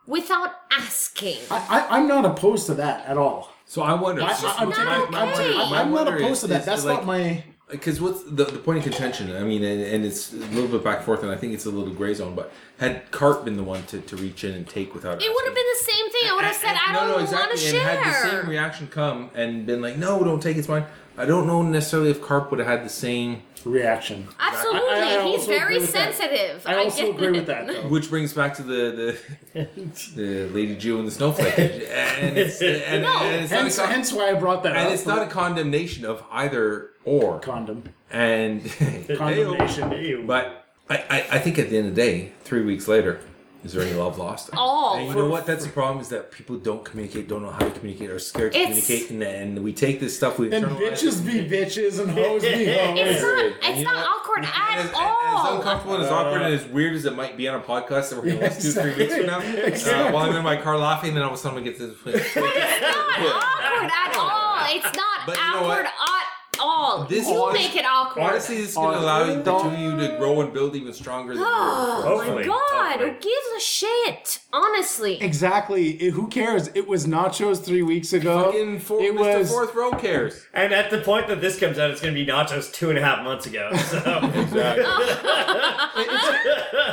Speaker 2: without asking.
Speaker 5: I, I, I'm not opposed to that at all.
Speaker 6: so I wonder
Speaker 5: I, I, I'm,
Speaker 2: not
Speaker 5: I'm- I'm-
Speaker 2: okay.
Speaker 5: I'm-
Speaker 2: My
Speaker 5: I'm not opposed to that. That's
Speaker 6: like,
Speaker 5: not my.
Speaker 6: Because what's the, the point of contention? I mean, and, and it's a little bit back and forth, and I think it's a little gray zone. But had Cart been the one to, to reach in and take without
Speaker 2: it would have been the same thing. I would have said, I don't want to share.
Speaker 6: And had the same reaction come and been like, "No, don't take it, it's mine." I don't know necessarily if Carp would have had the same.
Speaker 5: reaction.
Speaker 2: Absolutely.
Speaker 5: I- I
Speaker 2: He's
Speaker 5: also agree
Speaker 2: very
Speaker 5: with that.
Speaker 2: sensitive.
Speaker 5: I also
Speaker 2: get
Speaker 5: agree with
Speaker 2: it.
Speaker 5: that, though.
Speaker 6: Which brings back to the the, the Lady Jew and the snowflake, and it's, and,
Speaker 2: No.
Speaker 6: and it's
Speaker 5: Hence,
Speaker 6: not a con-
Speaker 5: hence why I brought that up.
Speaker 6: and it's not a condemnation of either or.
Speaker 5: condom.
Speaker 6: and
Speaker 5: Condemnation.
Speaker 1: Ew.
Speaker 6: But I, I, I think at the end of the day, three weeks later, is there any love lost?
Speaker 2: all.
Speaker 6: And you know what? That's the problem is that people don't communicate, don't know how to communicate, are scared to
Speaker 2: It's-
Speaker 6: communicate, and, and we take this stuff we
Speaker 5: And
Speaker 6: internalize
Speaker 5: bitches be bitches and hoes be
Speaker 2: It's
Speaker 5: hoes.
Speaker 2: not, it's not awkward at
Speaker 6: As, as
Speaker 2: all.
Speaker 6: uncomfortable and as awkward
Speaker 5: Uh,
Speaker 6: and as weird as it might be on a podcast that we're going to listen to three
Speaker 5: exactly.
Speaker 6: weeks from now, uh, while I'm in my car laughing, then all of a sudden we get to this.
Speaker 2: It's not awkward at all. It's not
Speaker 6: But you know
Speaker 2: awkward
Speaker 6: what?
Speaker 2: at all.
Speaker 6: This-
Speaker 2: you
Speaker 6: honest-
Speaker 2: make it awkward.
Speaker 6: Honestly, this is going to
Speaker 5: Oh,
Speaker 6: allow the two
Speaker 5: don't-
Speaker 6: of you to grow and build even stronger than you were.
Speaker 2: oh my
Speaker 1: Hopefully,
Speaker 2: god,
Speaker 1: hopefully.
Speaker 2: who gives a shit? Honestly.
Speaker 5: Exactly. It- who cares? It was nachos three weeks ago.
Speaker 6: Fucking four,
Speaker 5: it
Speaker 6: Mr.
Speaker 5: was.
Speaker 6: Fourth Row cares.
Speaker 1: And at the point that this comes out, it's going to be Nachos two and a half months ago. So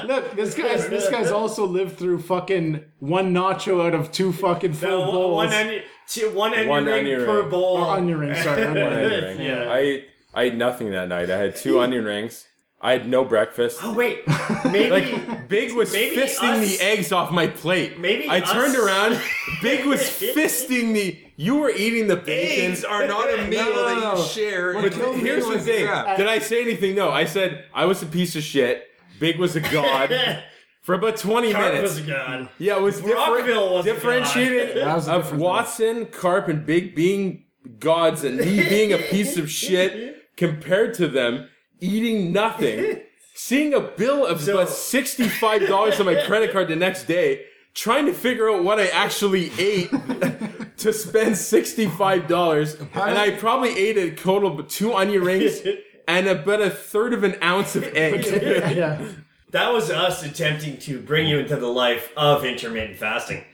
Speaker 5: Look, this guy's this guy's also lived through fucking one nacho out of two fucking food
Speaker 1: so one-
Speaker 5: bowls.
Speaker 1: one onion, two, one onion
Speaker 3: One
Speaker 1: ring
Speaker 3: onion
Speaker 1: per
Speaker 3: ring.
Speaker 1: bowl.
Speaker 5: Or onion ring, sorry, onion ring.
Speaker 1: Yeah.
Speaker 3: I ate I ate nothing that night. I had two onion rings. I had no breakfast.
Speaker 1: Oh wait, maybe
Speaker 3: Like Big was
Speaker 1: Maybe
Speaker 3: fisting
Speaker 1: us-
Speaker 3: the eggs off my plate.
Speaker 1: Maybe
Speaker 3: I
Speaker 1: us-
Speaker 3: turned around. Big was fisting the. You were eating the bacon.
Speaker 6: Eggs are not a meal
Speaker 5: no,
Speaker 6: that
Speaker 5: no.
Speaker 6: you share.
Speaker 5: But
Speaker 6: and
Speaker 5: kill me
Speaker 3: Here's the
Speaker 5: was
Speaker 3: thing.
Speaker 6: Yeah.
Speaker 3: Did I say anything? No. I said I was a piece of shit. Big was a god for about 20
Speaker 1: Carp
Speaker 3: minutes.
Speaker 1: was gone.
Speaker 3: Yeah, it was
Speaker 1: Rockville
Speaker 3: different,
Speaker 1: was a
Speaker 3: differentiated
Speaker 5: That was a
Speaker 3: of
Speaker 5: different
Speaker 3: Watson, Carp, and Big being gods and me being a piece of shit compared to them eating nothing, seeing a bill of about sixty-five dollars on my credit card the next day, trying to figure out what I actually ate to spend sixty-five dollars, and I probably ate a total of two onion rings and about a third of an ounce of egg.
Speaker 5: yeah.
Speaker 1: That was us attempting to bring you into the life of intermittent fasting.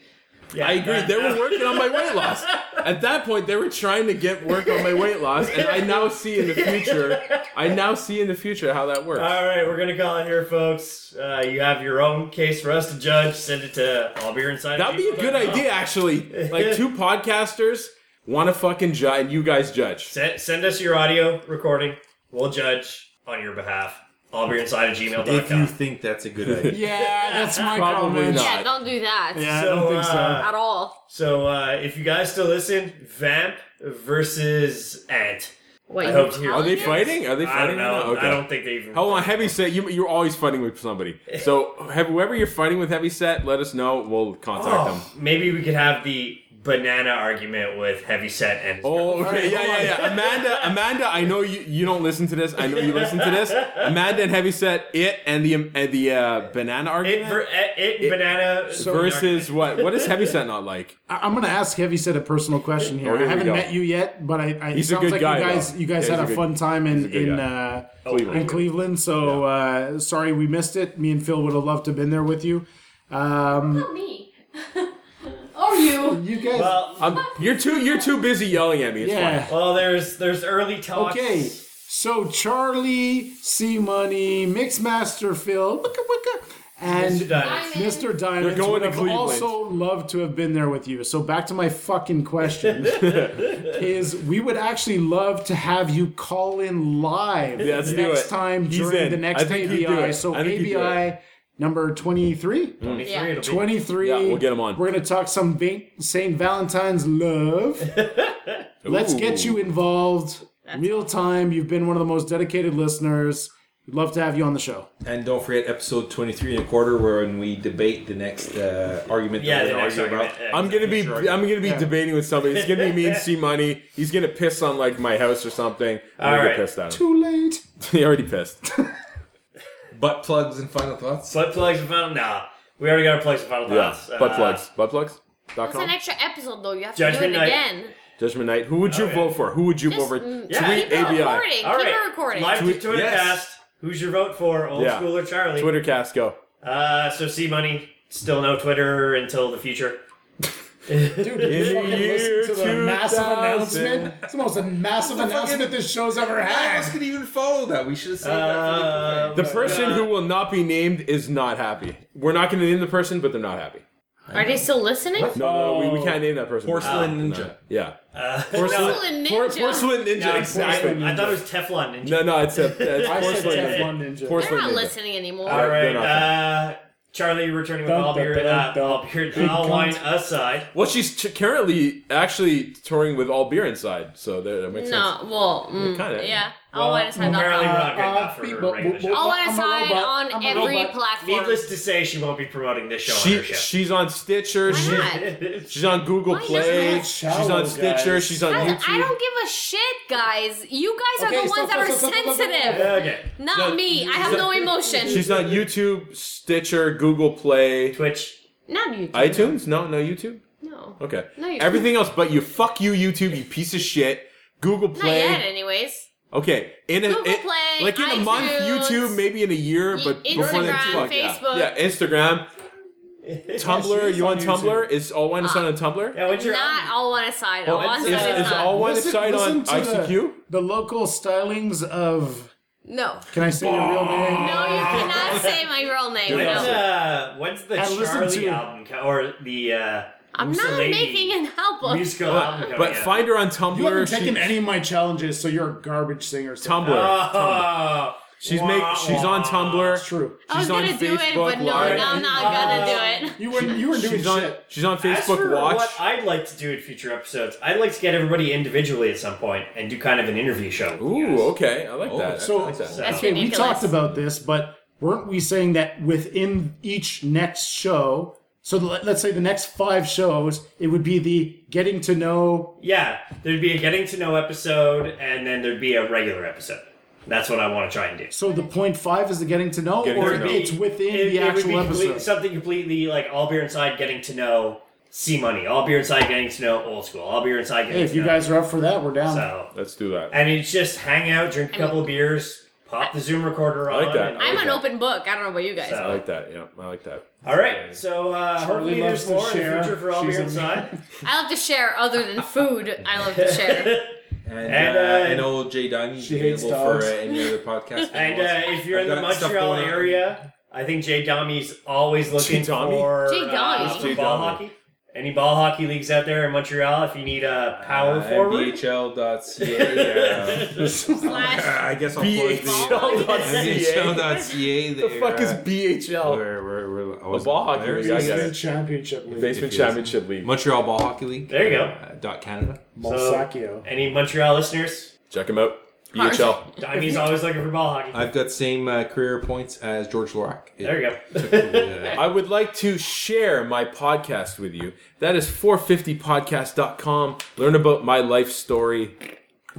Speaker 1: Yeah,
Speaker 3: I agree.
Speaker 1: that-
Speaker 3: They were
Speaker 1: that-
Speaker 3: working on my weight loss. At that point, they were trying to get work on my weight loss, and I now see in the future. I now see in the future how that works.
Speaker 1: All right, we're gonna call it here, folks. Uh, you have your own case for us to judge. Send it to I'll be inside. Uh,
Speaker 3: That'd be a good idea, actually. Like two podcasters want to fucking judge, and you guys judge.
Speaker 1: Send, send us your audio recording. We'll judge on your behalf. I'll be inside at
Speaker 6: If you
Speaker 1: gmail.com.
Speaker 6: think that's a good idea.
Speaker 5: Yeah, that's my
Speaker 3: Probably
Speaker 5: comment.
Speaker 3: not.
Speaker 2: Yeah, don't do that.
Speaker 5: Yeah, I
Speaker 1: So,
Speaker 5: don't think so.
Speaker 1: uh,
Speaker 2: At all.
Speaker 1: So uh, if you guys still listen, Vamp versus Ant.
Speaker 2: What, you
Speaker 1: hope to hear-
Speaker 3: Are they
Speaker 2: calling it?
Speaker 3: fighting? Are they
Speaker 1: I
Speaker 3: fighting?
Speaker 1: don't
Speaker 3: or not?
Speaker 1: know. I don't think they even.
Speaker 3: Oh, Hold on, heavy set. You you're always fighting with somebody. So have, whoever you're fighting with, heavy set, let us know. We'll contact them.
Speaker 1: Oh, maybe we could have the banana argument with Heavyset and.
Speaker 3: Oh, okay, yeah, yeah, yeah. Amanda, Amanda, I know you, you don't listen to this. I know you listen to this. Amanda and Heavyset, it and the and the uh, banana
Speaker 1: It, ver- e,
Speaker 3: argument
Speaker 1: it, it banana
Speaker 3: versus what? What is Heavyset not like?
Speaker 5: I- I'm gonna ask Heavy said a personal question here.
Speaker 3: Oh, here
Speaker 5: I
Speaker 3: we
Speaker 5: haven't
Speaker 3: go.
Speaker 5: met you yet, but I, I
Speaker 3: He's
Speaker 5: it
Speaker 3: a
Speaker 5: sounds
Speaker 3: good
Speaker 5: like
Speaker 3: guy,
Speaker 5: you guys
Speaker 3: though.
Speaker 5: you guys
Speaker 3: Yeah,
Speaker 5: had
Speaker 3: he's
Speaker 5: a
Speaker 3: a
Speaker 5: fun
Speaker 3: good-
Speaker 5: time
Speaker 3: he's a
Speaker 5: in
Speaker 3: good
Speaker 5: in
Speaker 3: guy.
Speaker 5: uh, in
Speaker 3: Cleveland.
Speaker 5: Cleveland. So uh, sorry we missed it. Me and Phil would have loved to have been there with you. Um,
Speaker 2: Not me. or you.
Speaker 5: you guys,
Speaker 1: Well,
Speaker 3: Um, you're too you're too busy yelling at me. It's
Speaker 5: yeah.
Speaker 1: Well, there's there's early talks.
Speaker 5: Okay, so Charlie, C Money, Mixmaster Phil, wicka wicka, and
Speaker 1: Mr. Diamonds.
Speaker 5: Mr. Diamond
Speaker 3: going
Speaker 5: would
Speaker 3: to
Speaker 5: have
Speaker 3: Cleveland.
Speaker 5: also loved to have been there with you. So back to my fucking question is we would actually love to have you call in live
Speaker 3: Yeah, let's do
Speaker 5: next
Speaker 3: it.
Speaker 5: time
Speaker 3: He's
Speaker 5: during
Speaker 3: in.
Speaker 5: the next
Speaker 3: I think he'd
Speaker 5: ABI.
Speaker 3: do it.
Speaker 5: So
Speaker 3: I think he'd do
Speaker 5: ABI number 23?
Speaker 1: 23
Speaker 2: Yeah.
Speaker 1: it'll be.
Speaker 5: 23.
Speaker 3: Yeah, we'll get him on.
Speaker 5: We're going to talk some Vin- St. Valentine's love.
Speaker 3: fine.
Speaker 5: Let's
Speaker 3: Ooh.
Speaker 5: get you involved real time. You've been one of the most dedicated listeners. We'd love to have you on the show.
Speaker 6: And don't forget episode 23 and a quarter, where when we debate the next uh, argument
Speaker 1: Yeah,
Speaker 6: that
Speaker 1: the
Speaker 6: we're
Speaker 1: next
Speaker 6: arguing
Speaker 1: argument.
Speaker 6: about.
Speaker 1: Yeah,
Speaker 3: I'm gonna be I'm gonna be
Speaker 5: Yeah.
Speaker 3: debating with somebody. It's gonna be me and C Money. He's gonna piss on like my house or something. I'm gonna
Speaker 1: Alright.
Speaker 3: get pissed at him.
Speaker 5: Too late.
Speaker 3: he already pissed.
Speaker 6: Butt plugs and final thoughts.
Speaker 1: Butt plugs and final. Nah, we already got our plugs and final
Speaker 3: yeah.
Speaker 1: thoughts.
Speaker 3: Butt
Speaker 1: Uh,
Speaker 3: plugs. Butt plugs. Dot
Speaker 2: It's an
Speaker 3: com.
Speaker 2: extra episode, though. You have to
Speaker 1: Judgment
Speaker 2: do it
Speaker 1: night.
Speaker 2: again.
Speaker 3: Judgment night. Who would you
Speaker 1: Oh, yeah.
Speaker 3: vote for? Who would you vote
Speaker 2: Just
Speaker 3: for?
Speaker 2: mm,
Speaker 3: Tweet
Speaker 1: yeah.
Speaker 2: keep it
Speaker 3: ABI.
Speaker 2: recording.
Speaker 1: All
Speaker 2: keep
Speaker 1: right.
Speaker 2: it recording.
Speaker 1: Live
Speaker 3: Tweet-
Speaker 1: to Twitter
Speaker 3: yes.
Speaker 1: cast. Who's your vote for? Old
Speaker 3: Yeah.
Speaker 1: schooler Charlie.
Speaker 3: Twitter cast go.
Speaker 1: Uh, so C money. Still no Twitter until the future.
Speaker 5: Dude, did
Speaker 3: In the
Speaker 5: you fucking
Speaker 3: year
Speaker 5: listen to the massive
Speaker 3: 2000.
Speaker 5: announcement? It's the most massive announcement this show's ever
Speaker 6: None of us
Speaker 5: had.
Speaker 6: could even follow that. We should have said
Speaker 1: Uh,
Speaker 6: that.
Speaker 3: The person who will not be named is not happy. We're not going to name the person, but they're not happy.
Speaker 2: Are they still listening?
Speaker 3: No, no, we, we can't name that person.
Speaker 6: Porcelain
Speaker 1: uh,
Speaker 3: No.
Speaker 6: Ninja.
Speaker 3: Yeah.
Speaker 2: Porcelain
Speaker 3: Por-
Speaker 2: Ninja.
Speaker 3: porcelain Ninja.
Speaker 1: Yeah,
Speaker 3: exactly.
Speaker 1: I, I thought it was Teflon Ninja.
Speaker 3: No, no, it's a it's
Speaker 5: I said
Speaker 3: porcelain.
Speaker 5: Teflon
Speaker 3: Ninja.
Speaker 5: Ninja.
Speaker 3: Porcelain-
Speaker 2: They're not
Speaker 3: Ninja.
Speaker 2: listening anymore.
Speaker 1: All right.
Speaker 3: They're not
Speaker 1: Uh, Charlie returning with
Speaker 5: Dun,
Speaker 1: all beer.
Speaker 5: dun,
Speaker 1: Uh,
Speaker 5: dun,
Speaker 1: all
Speaker 5: dun.
Speaker 1: beer.
Speaker 5: Big
Speaker 1: I'll
Speaker 5: cunt.
Speaker 1: wine aside.
Speaker 3: Well, she's t- currently actually touring with All Beer Inside, so that, that makes
Speaker 2: No,
Speaker 3: sense.
Speaker 2: well, mm,
Speaker 3: kinda-
Speaker 2: yeah. I'll wait a second.
Speaker 1: apparently we're
Speaker 2: I'll
Speaker 1: not good enough for
Speaker 5: uh,
Speaker 1: her
Speaker 5: but-
Speaker 1: regular
Speaker 5: but-
Speaker 1: show.
Speaker 5: but-
Speaker 2: wait
Speaker 5: I'm a
Speaker 2: aside
Speaker 5: robot.
Speaker 2: on
Speaker 5: I'm a
Speaker 2: every
Speaker 5: robot.
Speaker 2: platform.
Speaker 1: Needless to say, she won't be promoting this show on
Speaker 3: She
Speaker 1: her show.
Speaker 3: she's on Stitcher.
Speaker 2: Why
Speaker 3: She,
Speaker 2: not?
Speaker 3: she's on Google
Speaker 2: Why not?
Speaker 3: Play.
Speaker 2: That's
Speaker 3: She's
Speaker 5: shallow,
Speaker 3: on Stitcher.
Speaker 5: guys.
Speaker 3: She's on
Speaker 2: I
Speaker 3: YouTube.
Speaker 2: don't give a shit, guys. You guys are
Speaker 5: Okay,
Speaker 2: the
Speaker 5: stop,
Speaker 2: ones that are
Speaker 5: stop, stop, stop, stop, stop.
Speaker 2: sensitive.
Speaker 1: okay.
Speaker 2: Not
Speaker 3: No,
Speaker 2: me. I have no emotion.
Speaker 3: She's on YouTube, Stitcher, Google Play,
Speaker 1: Twitch.
Speaker 2: not you.
Speaker 3: iTunes. No, no YouTube.
Speaker 2: No.
Speaker 3: Okay.
Speaker 2: No, you-
Speaker 3: Everything else, but you fuck you, YouTube, you piece of shit. Google
Speaker 2: Not yet,
Speaker 3: Play.
Speaker 2: anyways.
Speaker 3: Okay, in a
Speaker 2: Google
Speaker 3: it-
Speaker 2: Play,
Speaker 3: like in a month,
Speaker 2: iTunes,
Speaker 3: YouTube, maybe in a year,
Speaker 2: Ye-
Speaker 3: but before that,
Speaker 2: Instagram,
Speaker 3: fuck, yeah.
Speaker 2: Facebook.
Speaker 3: yeah, Instagram,
Speaker 1: Yeah,
Speaker 3: Tumblr.
Speaker 1: she's
Speaker 3: You on
Speaker 1: YouTube.
Speaker 3: Tumblr? Is all wine
Speaker 2: Ah.
Speaker 3: aside on Tumblr?
Speaker 1: Yeah, Uh, what's your
Speaker 2: Not all on a side. All
Speaker 3: Well,
Speaker 2: on a
Speaker 3: it's-
Speaker 2: side
Speaker 3: it's
Speaker 2: is not.
Speaker 3: all- One side on
Speaker 5: to the-
Speaker 3: ICQ?
Speaker 5: The, local stylings of.
Speaker 2: No.
Speaker 5: Can I say your real name?
Speaker 2: No, you cannot say my real name.
Speaker 3: Dude,
Speaker 1: When's,
Speaker 3: that's
Speaker 2: No.
Speaker 3: it.
Speaker 1: uh, when's the
Speaker 5: I listened
Speaker 1: Charlie
Speaker 5: to-
Speaker 1: album co- or the uh,
Speaker 2: I'm not
Speaker 1: Mussolini
Speaker 2: making an album.
Speaker 1: musical album?
Speaker 3: But,
Speaker 1: coming
Speaker 3: but
Speaker 1: out?
Speaker 3: find her on
Speaker 5: You haven't
Speaker 3: Tumblr.
Speaker 5: taken
Speaker 3: She-
Speaker 5: any of my challenges, so you're a garbage singer. so-
Speaker 3: Tumblr.
Speaker 1: Oh,
Speaker 3: She's
Speaker 1: wah,
Speaker 3: make she's on
Speaker 1: wah.
Speaker 5: It's
Speaker 3: Tumblr.
Speaker 5: true.
Speaker 2: I was
Speaker 3: She's on
Speaker 2: gonna do it,
Speaker 3: Facebook
Speaker 2: but no,
Speaker 3: Live.
Speaker 2: no, I'm not gonna do it.
Speaker 5: You were you were doing
Speaker 3: She's on
Speaker 5: shit.
Speaker 3: she's on
Speaker 1: As for
Speaker 3: Facebook Watch.
Speaker 1: What I'd like to do in future episodes, I'd like to get everybody individually at some point and do kind of an interview show. with you
Speaker 3: Ooh,
Speaker 1: guys.
Speaker 3: okay, I like that.
Speaker 5: so-
Speaker 3: I like that.
Speaker 1: So-
Speaker 2: That's
Speaker 5: Okay, we
Speaker 2: ridiculous.
Speaker 5: talked about this, but weren't we saying that within each next show? So let- let's say the next five shows, it would be the getting to know.
Speaker 1: Yeah, there'd be a getting to know episode, and then there'd be a regular episode. That's what I want to try and do.
Speaker 5: So the point five is the getting to know,
Speaker 3: Getting
Speaker 5: or
Speaker 3: to know.
Speaker 5: it's within
Speaker 1: It-
Speaker 5: the
Speaker 1: it would be
Speaker 5: actual
Speaker 1: complete-
Speaker 5: episode.
Speaker 1: something completely like all beer inside getting to know C money, all beer inside getting to know old school, all beer inside getting
Speaker 5: hey,
Speaker 1: to
Speaker 5: if you
Speaker 1: know.
Speaker 5: guys are up for that, we're down.
Speaker 1: so,
Speaker 3: Let's do that.
Speaker 1: and it's just hang out, drink a couple of beers, pop the Zoom recorder on.
Speaker 3: like that.
Speaker 1: and-
Speaker 2: I'm an open book. I don't know about you guys.
Speaker 1: So-
Speaker 3: I like that. Yeah, I like that.
Speaker 1: all right, so uh, hopefully there's
Speaker 5: loves to
Speaker 1: more in the
Speaker 5: share.
Speaker 1: future for all
Speaker 5: She's
Speaker 1: beer
Speaker 5: a-
Speaker 1: inside.
Speaker 2: I love to share other than food. I love to share.
Speaker 6: And,
Speaker 1: And,
Speaker 6: uh,
Speaker 1: uh,
Speaker 6: and old Jay Diamond's
Speaker 5: She hates
Speaker 6: available for uh,
Speaker 5: dogs.
Speaker 6: any other podcast.
Speaker 1: And uh, if you're in
Speaker 6: I've
Speaker 1: the
Speaker 6: got stuff
Speaker 1: Montreal
Speaker 6: going on.
Speaker 1: area, I think Jay Dommy's always looking
Speaker 3: Dommy?
Speaker 1: for
Speaker 2: Jay Dommy.
Speaker 1: uh,
Speaker 3: Jay
Speaker 1: ball
Speaker 3: Dommy.
Speaker 1: hockey. Any ball hockey leagues out there in Montreal? If you need a power
Speaker 6: uh,
Speaker 1: forward,
Speaker 6: NBHL.ca. uh,
Speaker 2: Slash.
Speaker 6: I guess I'll plug the
Speaker 3: BHL.ca.
Speaker 6: NBHL.ca.
Speaker 3: The fuck is BHL?
Speaker 6: Where, where, where, I was
Speaker 3: ball hockey
Speaker 6: there.
Speaker 3: league, I
Speaker 5: He's
Speaker 3: got
Speaker 5: in
Speaker 3: it.
Speaker 5: championship league.
Speaker 3: Basement Championship League.
Speaker 6: Montreal Ball Hockey League.
Speaker 1: There you go.
Speaker 6: Uh, dot Canada.
Speaker 5: Malsacchio.
Speaker 1: any Montreal listeners,
Speaker 3: Check him out. BHL.
Speaker 1: Dommy's always looking for ball hockey.
Speaker 6: I've got same uh, career points as George Lorac. It-
Speaker 1: there you go.
Speaker 3: I would like to share my podcast with you. That is 450podcast.com. Learn about my life story.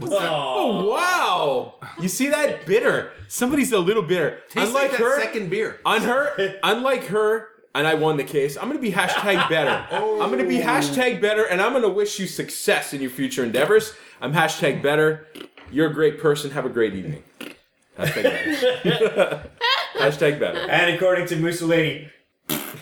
Speaker 1: Aw.
Speaker 3: Oh, wow. You see that? Bitter. Somebody's a little bitter. unlike her,
Speaker 6: second beer.
Speaker 3: on her, unlike her, and I won the case. I'm gonna be hashtag better. I'm gonna be hashtag better, and I'm gonna wish you success in your future endeavors. I'm hashtag better. You're a great person. Have a great evening. Hashtag better. hashtag better.
Speaker 1: And according to Mussolini,